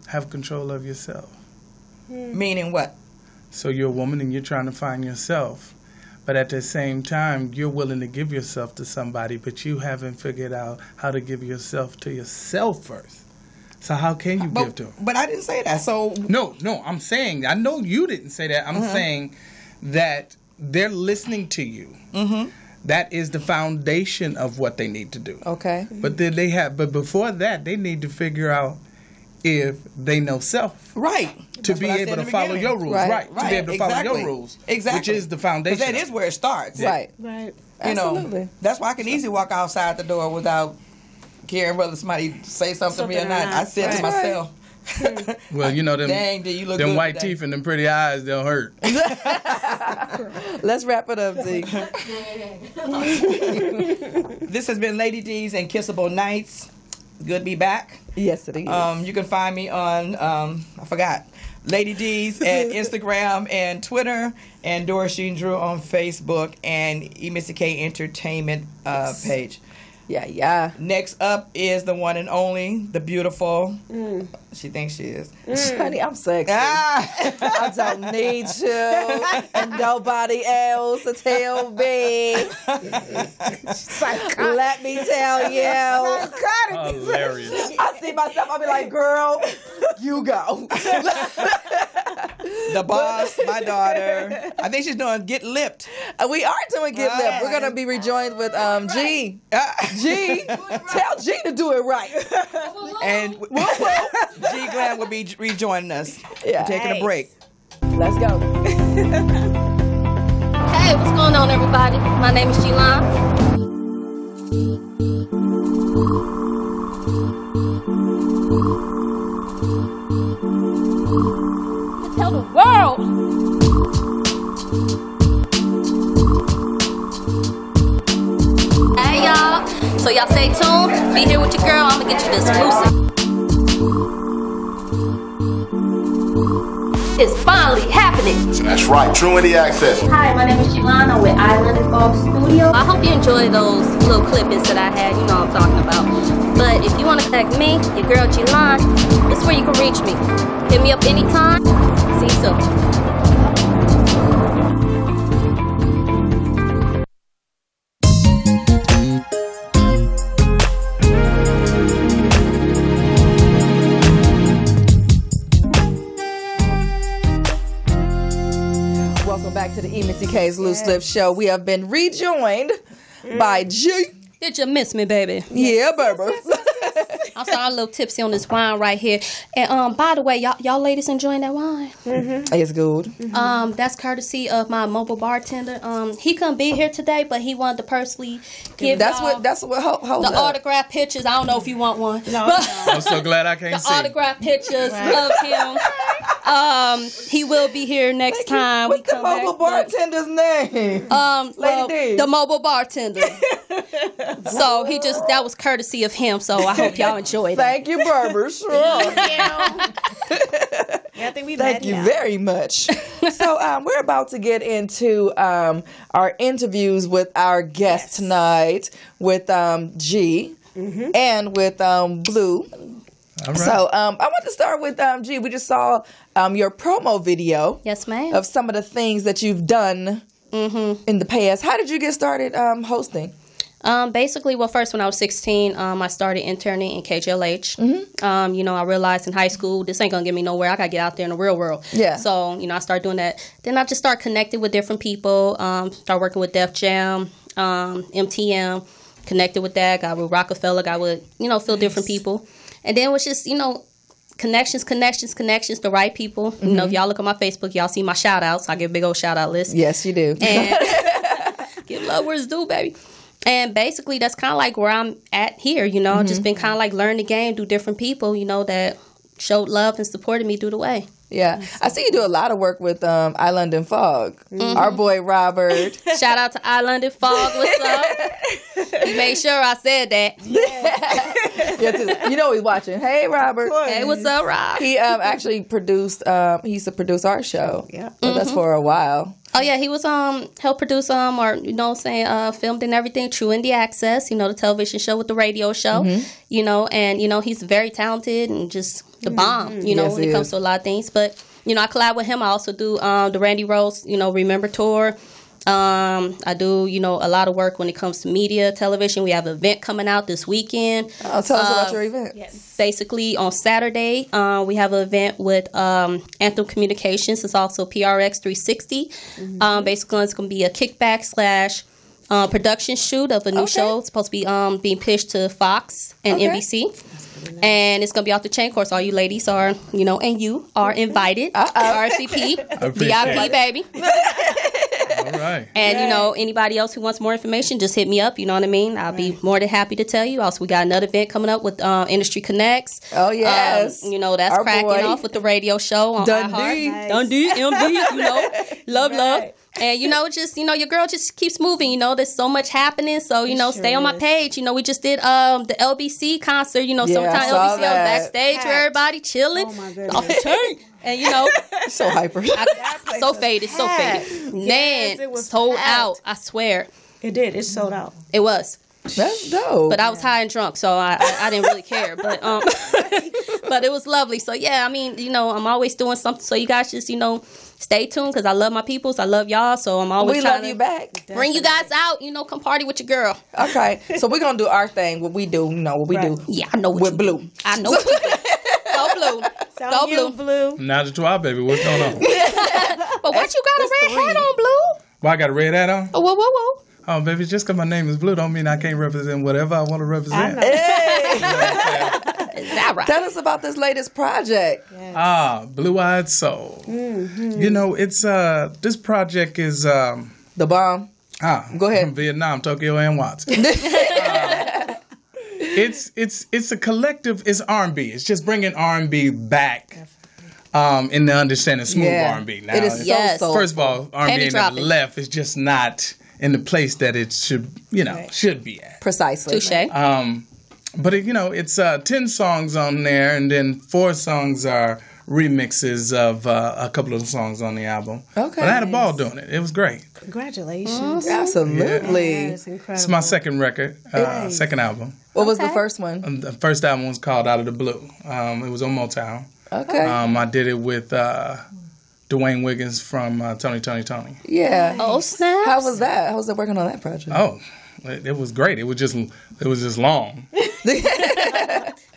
have control of yourself?
Meaning what?
So you're a woman and you're trying to find yourself. But at the same time, you're willing to give yourself to somebody, but you haven't figured out how to give yourself to yourself first. So how can you give
But,
to them?
but I didn't say that. So
No, no, I'm saying, I know you didn't say that. I'm saying that they're listening to you. Mm-hmm. is the foundation of what they need to do.
Okay.
But then they have, but before that, they need to figure out if they know self.
right
to
That's
be
what I said
able
in
to
the
follow
beginning.
your rules, right?
Right,
To be able to follow
exactly.
your rules,
exactly,
which is the
'Cause
foundation.
That is where it starts,
right,
Right.
You
absolutely.
know, that's why I can easily walk outside the door without caring whether somebody say something, to me or
Something or
not.
not.
I said to
Right.
myself,
Well, you know them.
"Dang, did you look
them
good
white
today.
teeth and them pretty eyes, they'll hurt.
Let's wrap it up,
[laughs]
Z.
This has been Lady D's and Kissable Nights. Good to be back.
yes, it is.
Um, you can find me on um, I forgot
[laughs]
Lady D's at Instagram and Twitter, and Doris Sheen Drew on Facebook and E-Mr.K Entertainment uh, page.
yeah, yeah.
Next up is the one and only, the beautiful.
Mm.
She thinks she is.
Honey, I'm sexy.
Ah!
I
[laughs]
don't need you and nobody else to tell
[laughs]
me. Let me tell
[laughs]
you.
Hilarious.
I see myself. I'll be like, girl, you go. [laughs]
the boss, my daughter. I think she's doing Get Lipped.
Uh, we are doing Get Lip.
Right.
We're gonna be rejoined with um, G.
Ah.
G, tell G to do it right.
[laughs] and G [laughs] Glam will be rejoining us.
Yeah.
We're taking a break.
Let's go.
Hey, what's going on, everybody? My name is G-Line. Tell the world. Hey, y'all. So y'all stay tuned. Be here with your girl. I'm gonna get you the exclusive. It's finally happening.
That's right, Truanty Access.
Hi, my name is Jelana with Island Evolve Studio.
I hope you enjoy those little clippings that I had. You know what I'm talking about. But if you want to connect me, your girl G-Line, this is where you can reach me. Hit me up anytime. See you soon.
Welcome back to the E Missy K's Loose Lip Show. We have been rejoined by G.
Did you miss me, baby? [laughs]
Yeah, Berber.
I'm sorry, I'm a little tipsy on this wine right here. And um, by the way, y'all, y'all ladies enjoying that wine?
It's good.
Um, that's courtesy of my mobile bartender. Um, he couldn't be here today, but he wanted to personally give
That's
y'all
what. That's what. Hold, hold
the
up.
autograph pictures. I don't know if you want one.
No,
[laughs] But-
I'm so glad I can't
the
see.
autograph pictures of him. Um, he will be here next time.
What's the
come back,
mobile
but-
bartender's name?
Um, well,
Lady D.
the
[laughs]
mobile bartender. so he just that was courtesy of him. So I hope y'all enjoyed it.
Thank you, Berber. Sure.
Yeah, I think we've
Thank
had
you
enough.
very much. so um, we're about to get into um, our interviews with our guests tonight, with um, G and with um, Blue.
All right.
So um, I want to start with um, G. We just saw um, your promo video
Yes, ma'am.
of some of the things that you've done
Mm-hmm.
in the past. How did you get started um, hosting?
Um, basically, well, first when I was 16, um, I started interning in KJLH. Um, you know, I realized in high school this ain't gonna get me nowhere. I gotta get out there in the real world.
Yeah.
So you know, I started doing that. Then I just start connecting with different people. Um, start working with Def Jam, um, MTM. Connected with that. Got with Rockefeller. Got with you know, feel different people. And then it was just you know. Connections, connections, connections, the right people. You know, if y'all look at my Facebook, y'all see my shout outs. I give a big old shout out list
Yes, you do.
and give love where it's due, baby. And basically, that's kind of like where I'm at here. You know, just been kind of like learn the game, do different people. You know that showed love and supported me through the way.
[laughs] yeah, I see you do a lot of work with um, Island and Fog.
Mm-hmm.
Our boy [laughs] Robert.
Shout out to Island and Fog. What's up? You made sure I said that.
Yes, it- you know he's watching. Hey, Robert.
Hey, what's up, Rob?
He um, actually produced. Um, he used to produce our show. Yeah, with
Mm-hmm.
us for a while.
Oh yeah, he was um helped produce um or you know what I'm saying uh filmed and everything True Indie Access, you know the television show with the radio show,
Mm-hmm.
you know, and you know he's very talented and just the bomb, you know
Yes,
when
he
it comes
is.
to a lot of things. But you know I collab with him. I also do um the Randy Rose, you know Remember tour. Um, I do, you know, a lot of work when it comes to media, television. We have an event coming out this weekend
Oh, tell us about your event.
basically on Saturday. Uh, we have an event with um, Anthem Communications. It's also PRX 360. Um, basically, it's going to be a kickback slash uh, production shoot of a new
Okay.
show. It's supposed to be um, being pushed to Fox and
Okay.
NBC. And it's going to be off the chain. Of course, all you ladies are, you know, and you are invited. [laughs] RCP,
Appreciate
VIP,
it.
baby.
All right.
And you know, anybody else who wants more information, just hit me up. You know what I mean? I'll be more than happy to tell you. Also, we got another event coming up with uh, Industry Connects.
Oh, yes.
Um, you know that's
Our
cracking
boy.
off with the radio show on
Dundee.
iHeart. Dundee, MD. You [laughs] know, love, love. And you know, just you know, your girl just keeps moving. You know, there's so much happening. So you know, stay on my page. You know, we just did um the LBC concert. You know,
Yeah, I
sometime
saw
LBC
that.
on backstage where
Packed.
everybody chilling
Oh, my goodness.
off the chain. And you know,
[laughs] So hyper.
I, so faded, so
packed.
faded.
Yes,
Man,
it was
sold
packed.
out. I swear
It did. It sold out.
it was.
That's dope.
But I was high and drunk, so I, I, I didn't really
[laughs]
care. But um, [laughs] but it was lovely. So yeah, I mean, you know, I'm always doing something. So you guys just you know, stay tuned because I love my peoples. I love y'all. So I'm always
we
trying
love
to
you back.
bring you guys out. You know, come party with your girl.
Okay, so we're gonna do our thing. What we do, you know, what we do
Yeah, I know what
with
you
Blue.
I know. what you do.
[laughs]
so blue, so,
Don't
blue.
you, blue.
Now to twelve, baby. What's going on?
But what you got a red hat on, blue?
Why I got a red hat on?
Oh, whoa, whoa, whoa.
Oh, baby, just 'cause my name is Blue don't mean I can't represent whatever I want to represent.
Is that right?
Tell us about this latest project.
Ah, Blue Eyed Soul.
Mm-hmm.
You know, it's uh this project is um
The bomb.
ah
Go ahead.
from [laughs] Vietnam, Tokyo and
[laughs]
Watts. Um, it's it's it's a collective. It's R and B. It's just bringing R and B back. Um, in the understanding, smooth
Yeah.
R and B. Now,
It is so
Yes.
soulful.
first of all, R and
Penny
B in the
dropping.
left is just not in the place that it should, you know, should be at.
precisely.
Touche.
Um, but it, you know, it's uh, ten songs on there, and then four songs are remixes of uh, a couple of the songs on the album.
Okay.
but I had a ball doing it. It was great.
Congratulations.
Absolutely.
That's incredible.
It's my second record, uh, second album.
What was the first one?
Um, The first album was called Out of the Blue. Um, it was on Motown.
Okay.
Um, I did it with uh, Dwayne Wiggins from uh, Tony Tony Tony.
yeah.
Oh snap!
How was that? How was it working on that project?
Oh, it, it was great. It was just it was just
[laughs]
long.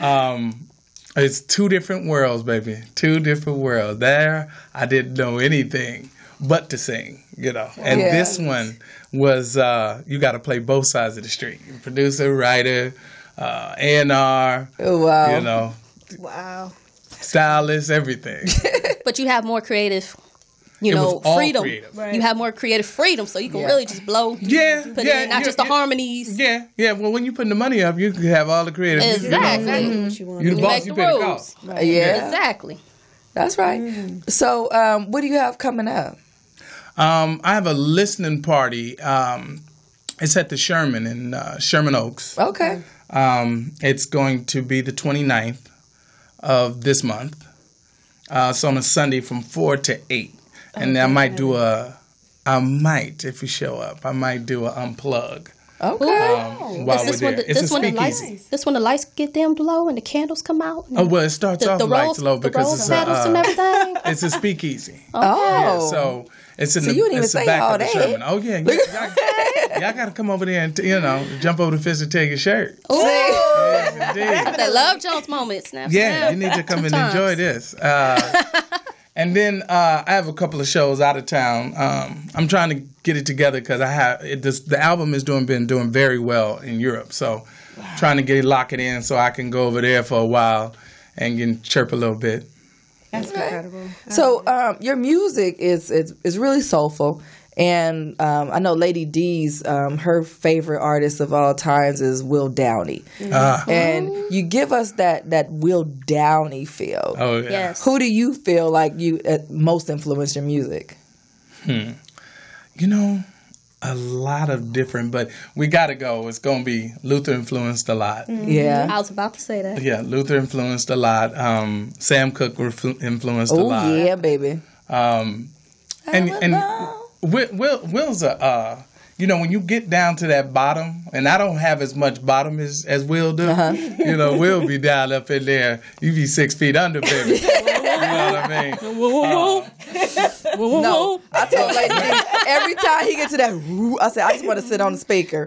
um, it's two different worlds, baby. Two different worlds. There, I didn't know anything but to sing, you know. And
Yeah.
this one was uh, you got to play both sides of the street: You're a producer, writer. uh, A&R,
Oh, wow.
you know,
Wow.
stylist,
[laughs]
everything.
But you have more creative, you
It was
know,
all
freedom.
creative.
Right.
You have more creative freedom, so you can
Yeah.
really just blow.
Yeah,
Put
yeah,
in not
you-
just the
you-
harmonies.
Yeah, yeah. Well, when you putting the money up, you can have all the creative. You-
Exactly.
What you want.
You, the
You
boss,
make
you
the
pay the
rules.
cost.
Yeah,
Exactly.
that's right.
Mm.
So, um, what do you have coming up?
Um, I have a listening party. Um, it's at the Sherman in uh, Sherman Oaks.
Okay.
Um, it's going to be the 29th of this month. Uh, it's on a Sunday from 4 to 8. And I might do a, I might, if you show up, I might do a unplug.
Okay.
Um, while
Oh,
we're
Is this one,
there.
the,
it's
this
a
one, the lights,
speakeasy.
this one, the lights get dimmed low and the candles come out. and
Oh, well, it starts
the,
off
the
lights
rose,
low
the
because
rose
it's a,
petals and
uh,
everything.
[laughs] it's a speakeasy.
oh.
Yeah, so it's in
So
the,
you didn't
it's the
even say
back
all
of the
that.
Sherman. Oh yeah,
[laughs]
you, y'all, y'all got to come over there and you know jump over the fence and take your shirt.
Oh,
Ooh,
Yes, indeed.
that Love Jones moment. Snap.
Yeah,
snap.
you need to come and
Sometimes.
enjoy this.
[laughs]
Uh, and then uh, I have a couple of shows out of town. Um, I'm trying to get it together because I have it, this, the album is doing been doing very well in Europe. So trying to get it lock it in so I can go over there for a while and can chirp a little bit.
That's incredible.
So um, your music is is is really soulful, and um, I know Lady D's um, her favorite artist of all times is Will Downey,
Mm-hmm.
Ah.
and
Oh.
you give us that that Will Downey feel.
Oh yeah.
Yes.
Who do you feel like you uh, most influenced your music?
You know, a lot of different, but we got to go. It's going to be Luther influenced a lot.
Mm. Yeah.
Mm-hmm. I was about to say that.
Yeah, Luther influenced a lot. Um, Sam Cooke reflu- influenced a
Oh
lot.
yeah, baby.
Um, and and Will, Will Will's a uh, you know when you get down to that bottom, and I don't have as much bottom as as Will do. You know, Will be down up in there. You be six feet under, baby. you know what I mean?
No, I
[laughs]
told Lady D every time he gets to that, "Ooh," I said, I just want to sit on the speaker.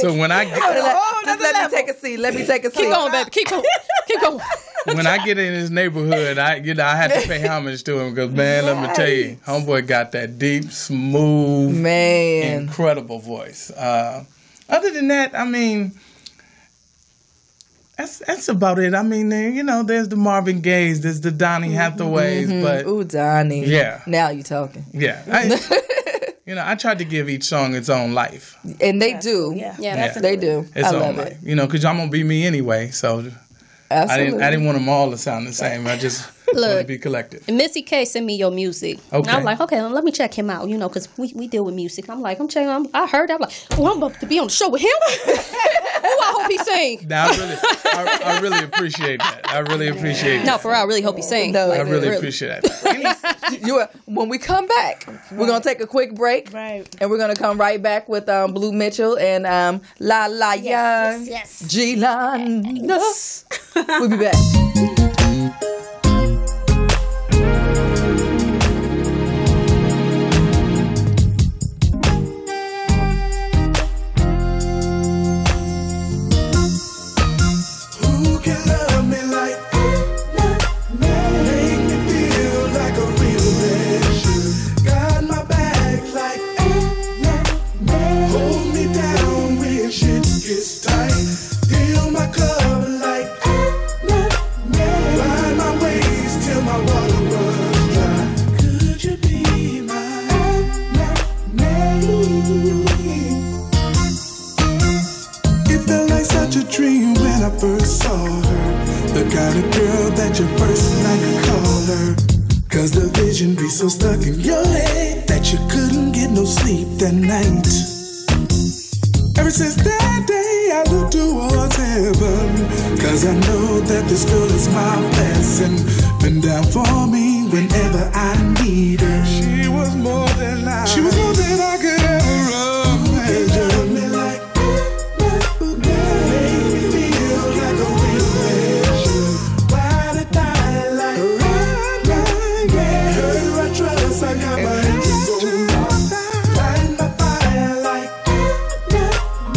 So when I get
just let me take a seat. Let me take a seat.
Keep going, baby. Keep going. Keep going.
[laughs] when I get in his neighborhood, I you know I had to pay homage to him because man, let me tell you, homeboy got that deep, smooth,
Man,
incredible voice. Uh, other than that, I mean, that's that's about it. I mean, there, you know, there's the Marvin Gayes, there's the Donny Hathaways, but
Mm-hmm. Ooh, Donnie.
Yeah.
Now you talking.
yeah,
[laughs]
I, you know, I tried to give each song its own life,
And they do.
Yeah.
Yeah.
They do.
its
I
own
love
life,
it.
you know, because I'm gonna be me anyway. So I
Absolutely.
didn't I didn't want them all to sound the same. I
[laughs]
just wanted to
Look.
be collected.
And Missy K sent me your music. And
Okay.
I'm like, okay, let me check him out, you know, because we, we deal with music. I'm like, I'm checking. I'm, I heard. that. I'm like, oh, I'm about to be on the show with him. [laughs] oh, I hope he sing.
Now I really, I, I really appreciate that. I really appreciate
No,
that.
for real, I really hope he sing.
No,
I
like,
really appreciate that.
You are- when we come back, we're gonna take a quick break,
Right.
and we're gonna come right back with um, Blue Mitchell and um, La La Young,
yes,
G-Lon. [laughs] we'll be back.
Who can love me like Make me feel like a real man should. Got my back like Hold me down when shit gets tight. Fill my cup like Ride my ways till my water runs dry. Could you be my it felt like such a dream when I first saw her. The kind of girl that your first night could call her. Cause the vision be so stuck in your head that you couldn't get no sleep that night. Ever since that day, I look towards heaven. Cause I know that this girl is my blessing. Been down for me whenever I need her. She was more than I. She was more than I could ever imagine. Me like, make me feel like a real man. Ride or die like, her I trust, I got my angels on. Light my fire like.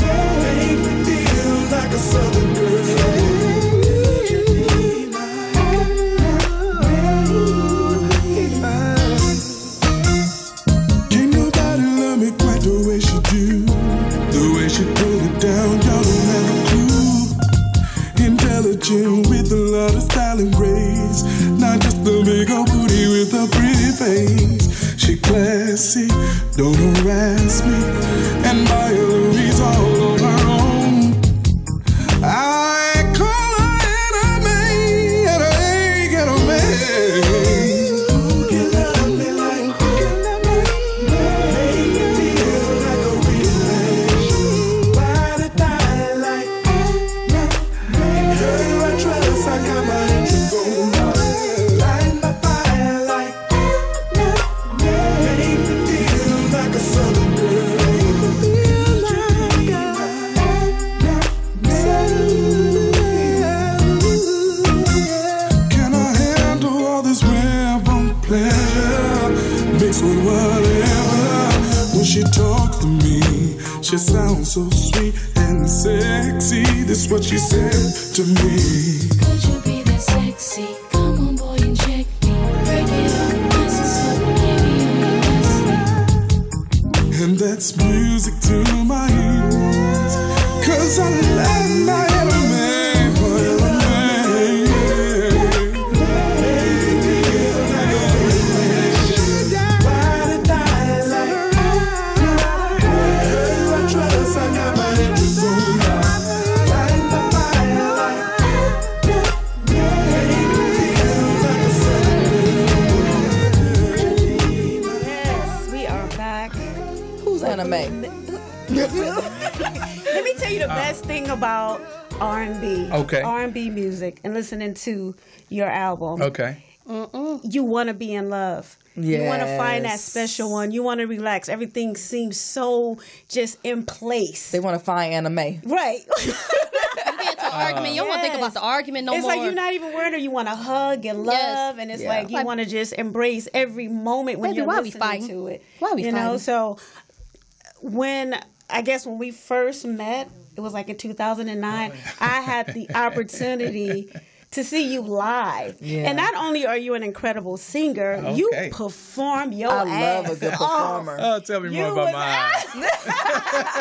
Make me feel like a southern girl. Would you be my, my, my, face. She classy, don't harass me, and Mallory's all of her own. I call her enemy, enemy, enemy. Who can love me like who can love me? Make me feel like a real man. Ride or die like in her I trust, I got my interest on. Light my fire like make me feel like a southern girl. Make me feel like can I handle all this rampant pleasure? Mix with whatever. When she talks to me, she sounds so sweet and sexy. This what she said to me.
Could you be that sexy? Come on, boy, and check me. Break it up, nice and slow. Baby, you're the best thing.
And that's music to my ears. Cause I love my enemy. My enemy. Ride or die like her I trust, I got my interest on. Light my fire like Make me feel like a
Yes, we are back.
Who's anime?
Let me tell you the best thing about R and B.
Okay.
R and B music and listening to your album.
Okay.
You want to be in love. You want to find that
Yes.
special one. You want to relax. Everything seems so just in place.
They want to find anime.
Right. [laughs]
You get into an argument, you don't want to think
Yes.
about the argument no
it's
more.
like you're not even worried, or you want to hug and love,
Yes.
and it's
Yeah.
like you
Like-
want to just embrace every moment when
Baby,
you're
why we
listening
fighting?
to it.
Why we
you know?
fighting?
So when I guess when we first met, it was like in 2009.
[laughs]
I had the opportunity. To see you live,
Yeah.
and not only are you an incredible singer, you
Okay.
perform your
I
ass
love a good
off.
performer.
Oh, tell me
You
more about
was
mine.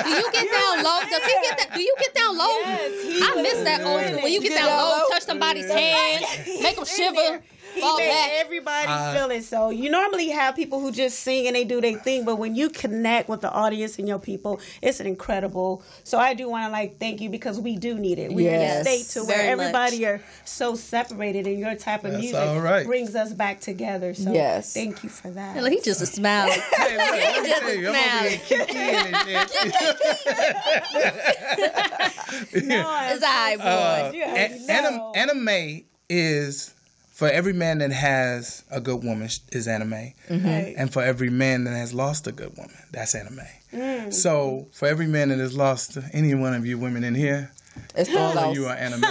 do you get down low? Does he get that? Do you get down low? I miss that old school. When you get down low, touch somebody's hand, make them shiver,
He
fall
made
back.
everybody
Uh,
feel it. So you normally have people who just sing and they do their thing, but when you connect with the audience and your people, it's an incredible. So I do want to like thank you because we do need it. We're
Yes.
in a state to where
Very
everybody are so separated, and your type of
That's
music
all right.
brings us back together. So
Yes.
thank you for that.
Look, He just a [laughs] smile.
[laughs] Hey, look, let me tell you, I'm over here kicking and shit.
It's all right, boy.
Uh,
You already
an- anim-
know.
anime is for every man that has a good woman sh- is anime,
Right.
and for every man that has lost a good woman, that's anime.
Mm.
So for every man that has lost any one of you women in here,
It's
all
all
of you
those.
are anime.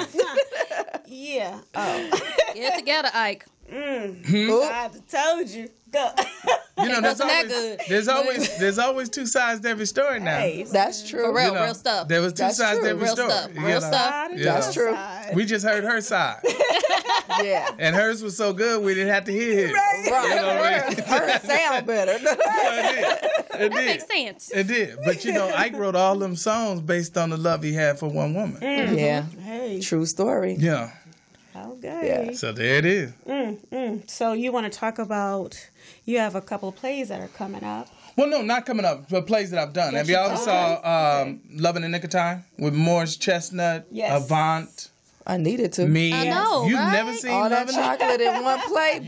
yeah. Uh, mm.
Get it together, Ike.
Hmm?
I told you.
[laughs]
Go.
You know, there's
Wasn't that
always,
good?
there's always there's always two sides to every story now.
Hey,
That's
[laughs]
true.
Real,
You know,
real stuff.
There was two
That's
sides
true.
to every
Real
story.
stuff.
you
Real
know.
stuff.
Side of
Yeah.
That's true.
We just heard her side,
Yeah.
and hers was so good we didn't have to hear it.
Right.
know what I
Her sound better.
It did.
Makes sense.
It did. But you know, Ike wrote all them songs based on the love he had for one woman.
Mm. yeah.
Hey.
True story.
Yeah.
Okay.
Yeah.
So there it is.
Mm, So you want to talk about? You have a couple of plays that are coming up.
Well, no, not coming up, but plays that I've done. Have y'all ever saw um, Love in the Nick of Time with Morris Chestnut,
Yes.
Avant,
I needed to.
me?
I know,
You've
right?
never seen
All
Love
that
in the
chocolate in one plate,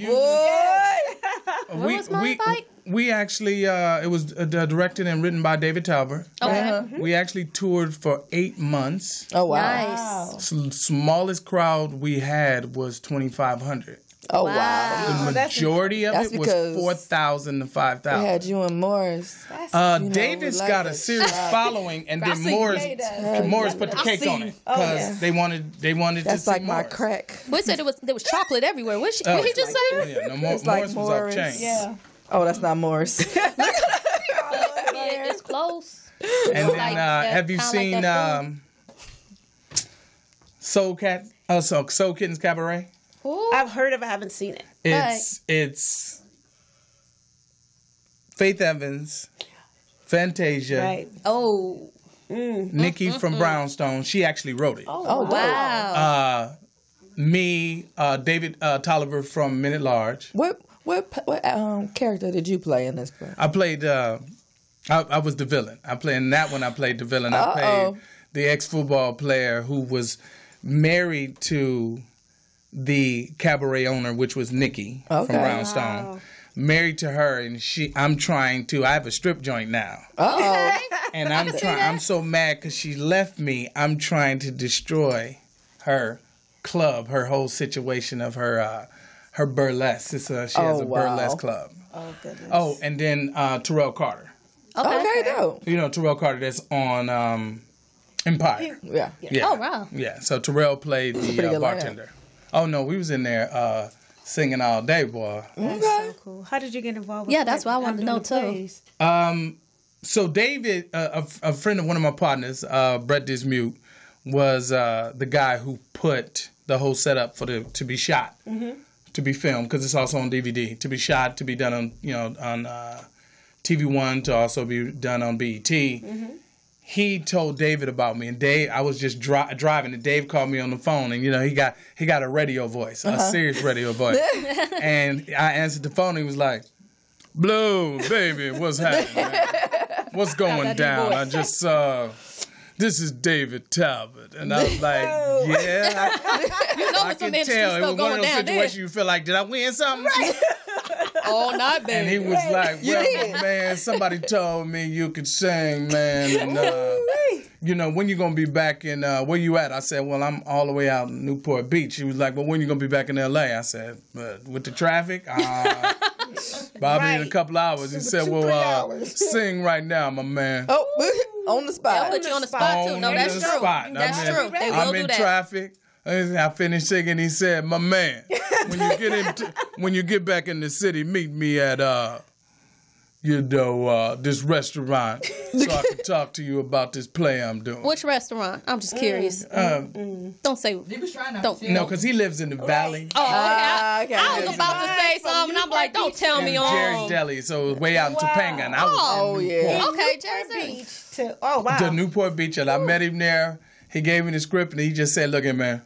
boy.
we,
was my
we,
invite?
we actually, uh, it was uh, directed and written by David Talbert.
Okay.
Mm-hmm.
We actually toured for eight months.
Oh wow.
Nice.
S- smallest crowd we had was 2,500.
Oh wow.
The majority of
that's
it was
because
4,000 to 5,000.
We had you and Morris.
Uh,
know,
Davis
we like
got
that
a serious following, and then
see
Morris
you
Morris put the cake on it because
yeah.
they wanted they wanted to
That's
see
like my
Morris.
crack.
We said it was there was chocolate everywhere. What, she, what he just
Oh,
say?
yeah, no, Mor-
It's like
Morris was off
Morris.
chain,
Yeah.
Oh, that's not Morris.
Yeah, it's close.
and then
Like
uh,
that-
have you
kinda like
seen
that food.
um, Soul Cat? Oh, so Soul Kittens Cabaret.
I've heard of. it, I haven't seen it.
It's it's Faith Evans, Fantasia,
Right.
Oh,
Nikki from Brownstone. She actually wrote it.
Oh,
wow.
Uh, me, uh, David uh, Tolliver from Minute Large.
what What p- what um, character did you play in this play?
I played. Uh, I, I was the villain. I played in that one. I played the villain. I
Uh-oh.
played the ex football player who was married to the cabaret owner, which was Nikki
Okay.
from Roundstone. Married to her, and she. I'm trying to. I have a strip joint now,
Oh,
and I'm trying. I'm so mad because she left me. I'm trying to destroy her club, her whole situation of her uh, her burlesque. It's a, she has
Oh,
a
wow.
burlesque club.
Oh goodness.
Oh, and then uh, Terrell Carter.
Okay.
okay, dope.
You know Terrell Carter that's on um, Empire.
Yeah.
Yeah.
Oh, wow.
Yeah. So Terrell played
Pretty
the
good
uh,
lineup.
bartender. Oh no, we was in there uh, singing all day, boy.
That's so cool. How did you get involved? with
Yeah, that's what I wanted to know,
outdoor
too.
plays?
Um, so David, uh, a, a friend of one of my partners, uh, Brett Dismute, was uh, the guy who put the whole setup for the to be shot,
Mm-hmm.
to be filmed because it's also on DVD, to be shot, to be done on you know on uh, TV One, to also be done on E BET.
Mm-hmm.
He told David about me, and Dave. I was just dri- driving, and Dave called me on the phone, and you know he got he got a radio voice,
Uh-huh.
a serious radio
[laughs]
voice, and I answered the phone. And he was like, Blue, baby, what's happening? What's going down? I just saw. This is David Talbot, and I was
[laughs]
like, "Yeah, I,
You know,
I
it's some
can
interesting
tell." It was
stuff
one of
going
those
down there.
situations you feel like, "Did I win something?"
All night,
And he
baby.
was like, "Well, man, somebody told me you could sing, man. And, uh, you know, when you gonna be back in? Uh, where you at?" I said, "Well, I'm all the way out in Newport Beach." He was like, "Well, when you gonna be back in L.A.?" I said, "But with the traffic, uh, Bobby, in a
Right.
couple hours." He said, "Well, uh, sing right now, my man."
Oh, [laughs] on the
They'll
spot.
put you on the spot, too. No,
On
that's
the
true.
spot.
That's
I'm in-
true. They will
I'm
do
in
that.
traffic. I finished singing. He said, "My man, when you get in,
[laughs]
when you get back in the city, meet me at uh, you know, uh, this restaurant, so I can talk to you about this play I'm doing."
Which restaurant? I'm just curious. Don't say.
He was trying not
Don't.
to.
no, because he lives in the valley.
Oh, okay. I-
okay.
I was about to say something. I'm like, don't tell
in
me
Jerry's
on.
Deli, so it was way out in Topanga, and I was
Oh,
in
yeah.
Newport,
Okay, Jerry's Deli.
Beach to oh wow.
to Newport Beach, and I met him there. He gave me the script, and he just said, "Look, here,
[laughs]
man,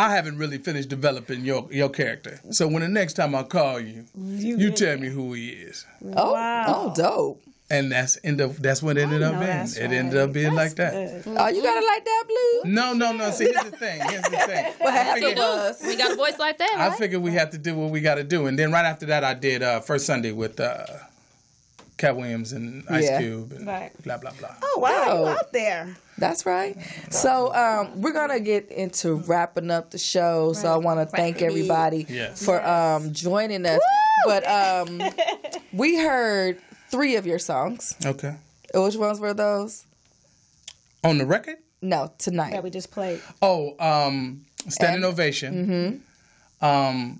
I haven't really finished developing your your character. So when the next time I call you, you, tell me who he is."
Oh,
Wow.
oh, dope.
And that's end up. That's what it ended
No,
up being.
that's
It ended up
right.
being like
That's
that.
good.
Oh, you gotta like that blue.
No, no, no. See, here's the
[laughs]
thing. Here's the thing. I,
You
figured,
do. We got a voice like that,
I
right?
figured we have to do what we got to do, and then right after that, I did uh, first Sunday with uh, Cat Williams and Ice
Yeah.
Cube, and
Right.
blah blah blah.
Oh wow,
No.
you out there.
That's right. So um, we're gonna get into wrapping up the show. So I want to thank everybody
Yes.
for um, joining us. But
[laughs]
um, we heard three of your songs.
Okay.
Which ones were those?
On the record.
No, tonight.
That we just played.
Oh, um, standing ovation. Mm-hmm. Um,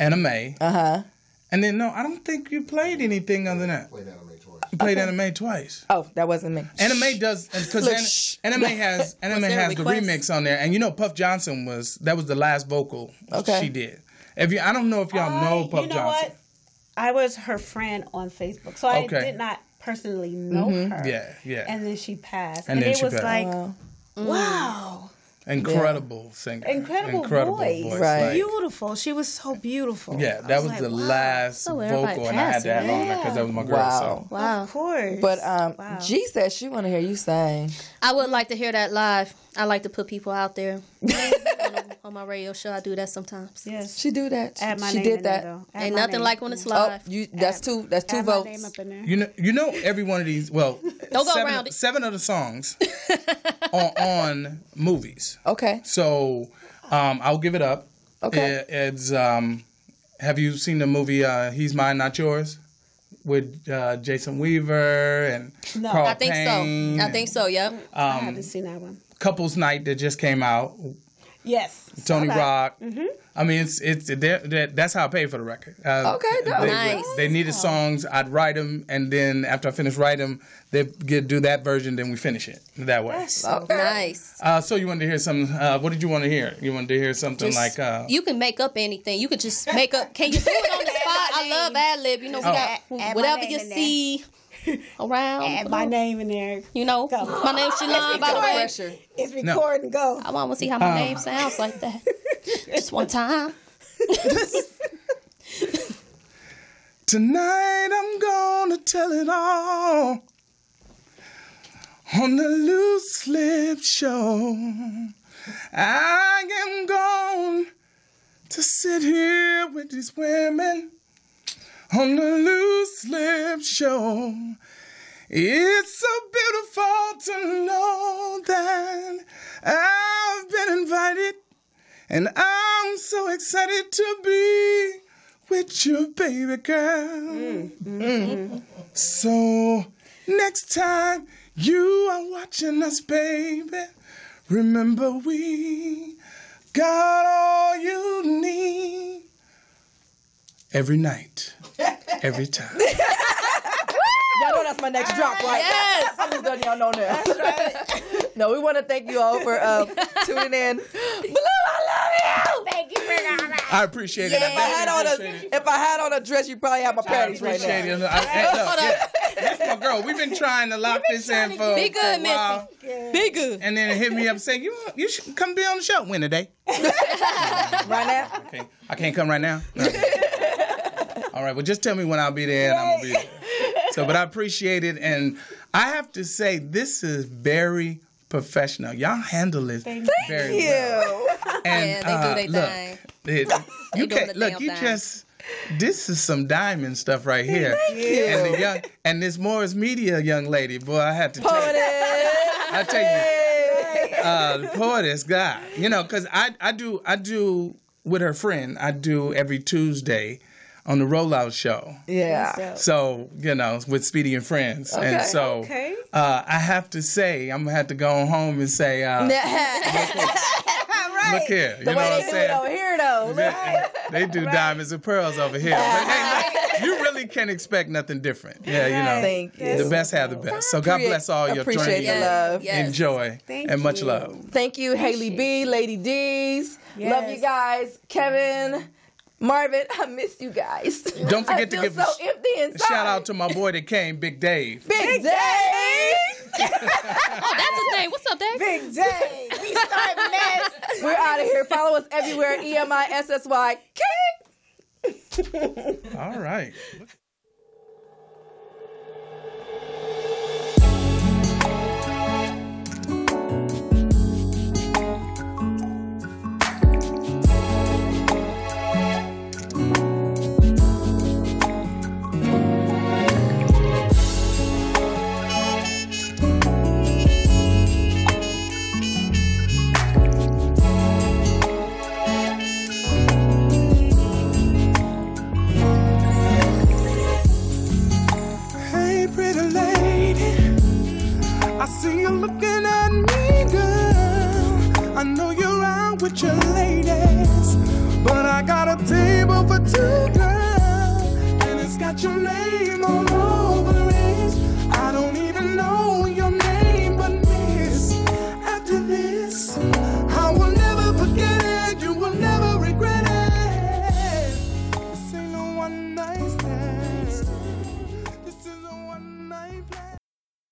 anime.
Uh huh.
And then no, I don't think you played anything other than that. Played anime twice. Played anime twice.
Oh, that wasn't me.
Anime does because
Look, shh.
anime has anime
there a
has the
request?
remix on there, and you know Puff Johnson was that was the last vocal
Okay.
she did. If you, I don't know if y'all know
I-
Puff
Uh, you know
Johnson.
what? I was her friend on Facebook, so I
Okay.
did not personally know
Mm-hmm.
her.
Yeah, yeah.
And then she passed,
And
and,
then
it
she
was
passed.
like,
Oh,
wow,
Incredible singer.
incredible, voice,
Right.
like-
beautiful. She was so beautiful.
yeah,
I
that was,
like,
the
wow,
last
So everybody
vocal, and I had
passed,
to have on that because that was my girl.
Wow.
So.
Wow.
Of course,
But um,
Wow.
G said she want to hear you sing.
I would like to hear that live. I like to put people out [laughs] there on, on my radio show. I do that sometimes.
yes,
She do that.
add my
she
name
did
in
that.
There, though. Add
Ain't
my
nothing
name.
like when it's
Oh,
live.
you. That's two. That's two
Add my name
votes.
up in there.
You know, you know, every one of these. Well,
[laughs] Don't go
seven,
around it.
seven of the
[laughs]
songs are on movies.
Okay.
So um, I'll give it up.
Okay.
It- it's um, have you seen the movie uh, "He's Mine, Not Yours" with uh, Jason Weaver and
No,
Carl
I
I think
Payne
so. I
and
think so. Yep.
I haven't seen that one.
Couples Night that just came out.
Yes,
Tony
Saw that.
Rock.
Mm-hmm.
I mean, it's it's they're, they're, that's how I paid for the record. Uh,
Okay, dope.
They,
Nice.
They needed songs. I'd write them, and then after I finish writing them, they get do that version. Then we finish it that way.
Okay.
Nice.
Uh, so you wanted to hear some? Uh, what did you want to hear? You wanted to hear something like?
Just-
Uh,
you can make up anything. You could [laughs] just make up. Can you do it on the spot? I love ad lib. You know, we
Oh.
got
Add- add my
whatever
name
you
in there.
see
Add
[laughs] around.
my name in there.
You know,
Go.
my name's Shalon, by the way.
Pressure.
It's recording. Go.
I want to see how my name sounds like that. Just one time.
Tonight I'm gonna tell it all on the loose lip show. I am gone to sit here with these women on the loose lip show. It's so beautiful to know that I've been invited, and I'm so excited to be with you, baby girl. Mm. So next time you are watching us, baby, remember we got all you need every night, every time.
Y'all know that's my next drop, right? Yes. I'm just letting y'all know now. [laughs] no, we want to thank you all for uh, tuning in. Blue, I love you. Thank you for that.
I appreciate it.
If I had on a if I had on a dress, you probably have my patties [laughs] right now.
appreciate it. I, hey, look, yeah. That's my girl. We've been trying to lock this in for,
Be good,
for a while.
Be good.
And then it hit me up saying, "You you should come be on the show when today."
right now.
Okay, I can't come right
[laughs]
now. No. All right, well, just tell me when I'll be there, and I'm gonna be there. So, but I appreciate it, and I have to say, this is very professional. Y'all handle it very
Thank you.
well. And
[laughs] Yeah, [laughs] they do
uh,
their thing.
look, it- you
doing
can't
the
look.
damn
You
thing.
just this is some diamond stuff right here.
you.
And the young and this Morris Media young lady, boy, I had to tell you.
Poetess.
I tell you, uh, the poetess God, you know, because I I do I do with her friend. I do every Tuesday on the rollout show.
Yeah.
So you know, with Speedy and friends, and
Okay.
so
Okay.
uh, I have to say, I'm gonna have to go home and say,
[laughs]
uh, look here, you know
the
what
way
I'm
they do it
saying?
over here, though. Look.
They- They do diamonds and pearls over here. But hey, look, you really can't expect nothing different. Yeah, you know.
Thank you.
The best have the best. So God bless all your
Appreciate
journey.
the love.
Yes.
Enjoy.
Thank
and much
you.
love.
Thank you, Haley B, Lady D's.
Yes.
Love you guys, Kevin, Marvin. I miss you guys.
Don't
I
forget to
feel
give
so
a sh-
empty inside.
Shout out to my boy that came, Big Dave.
Big, Dave.
Oh, that's his name. What's up, Dave?
Big day. We start
[laughs]
next.
We're out of here. Follow us everywhere. E M I S S Y K.
All right.
Hey, pretty lady. I see you looking at me, girl. I know you're out with your ladies, but I got a table for two, girl, and it's got your name on it.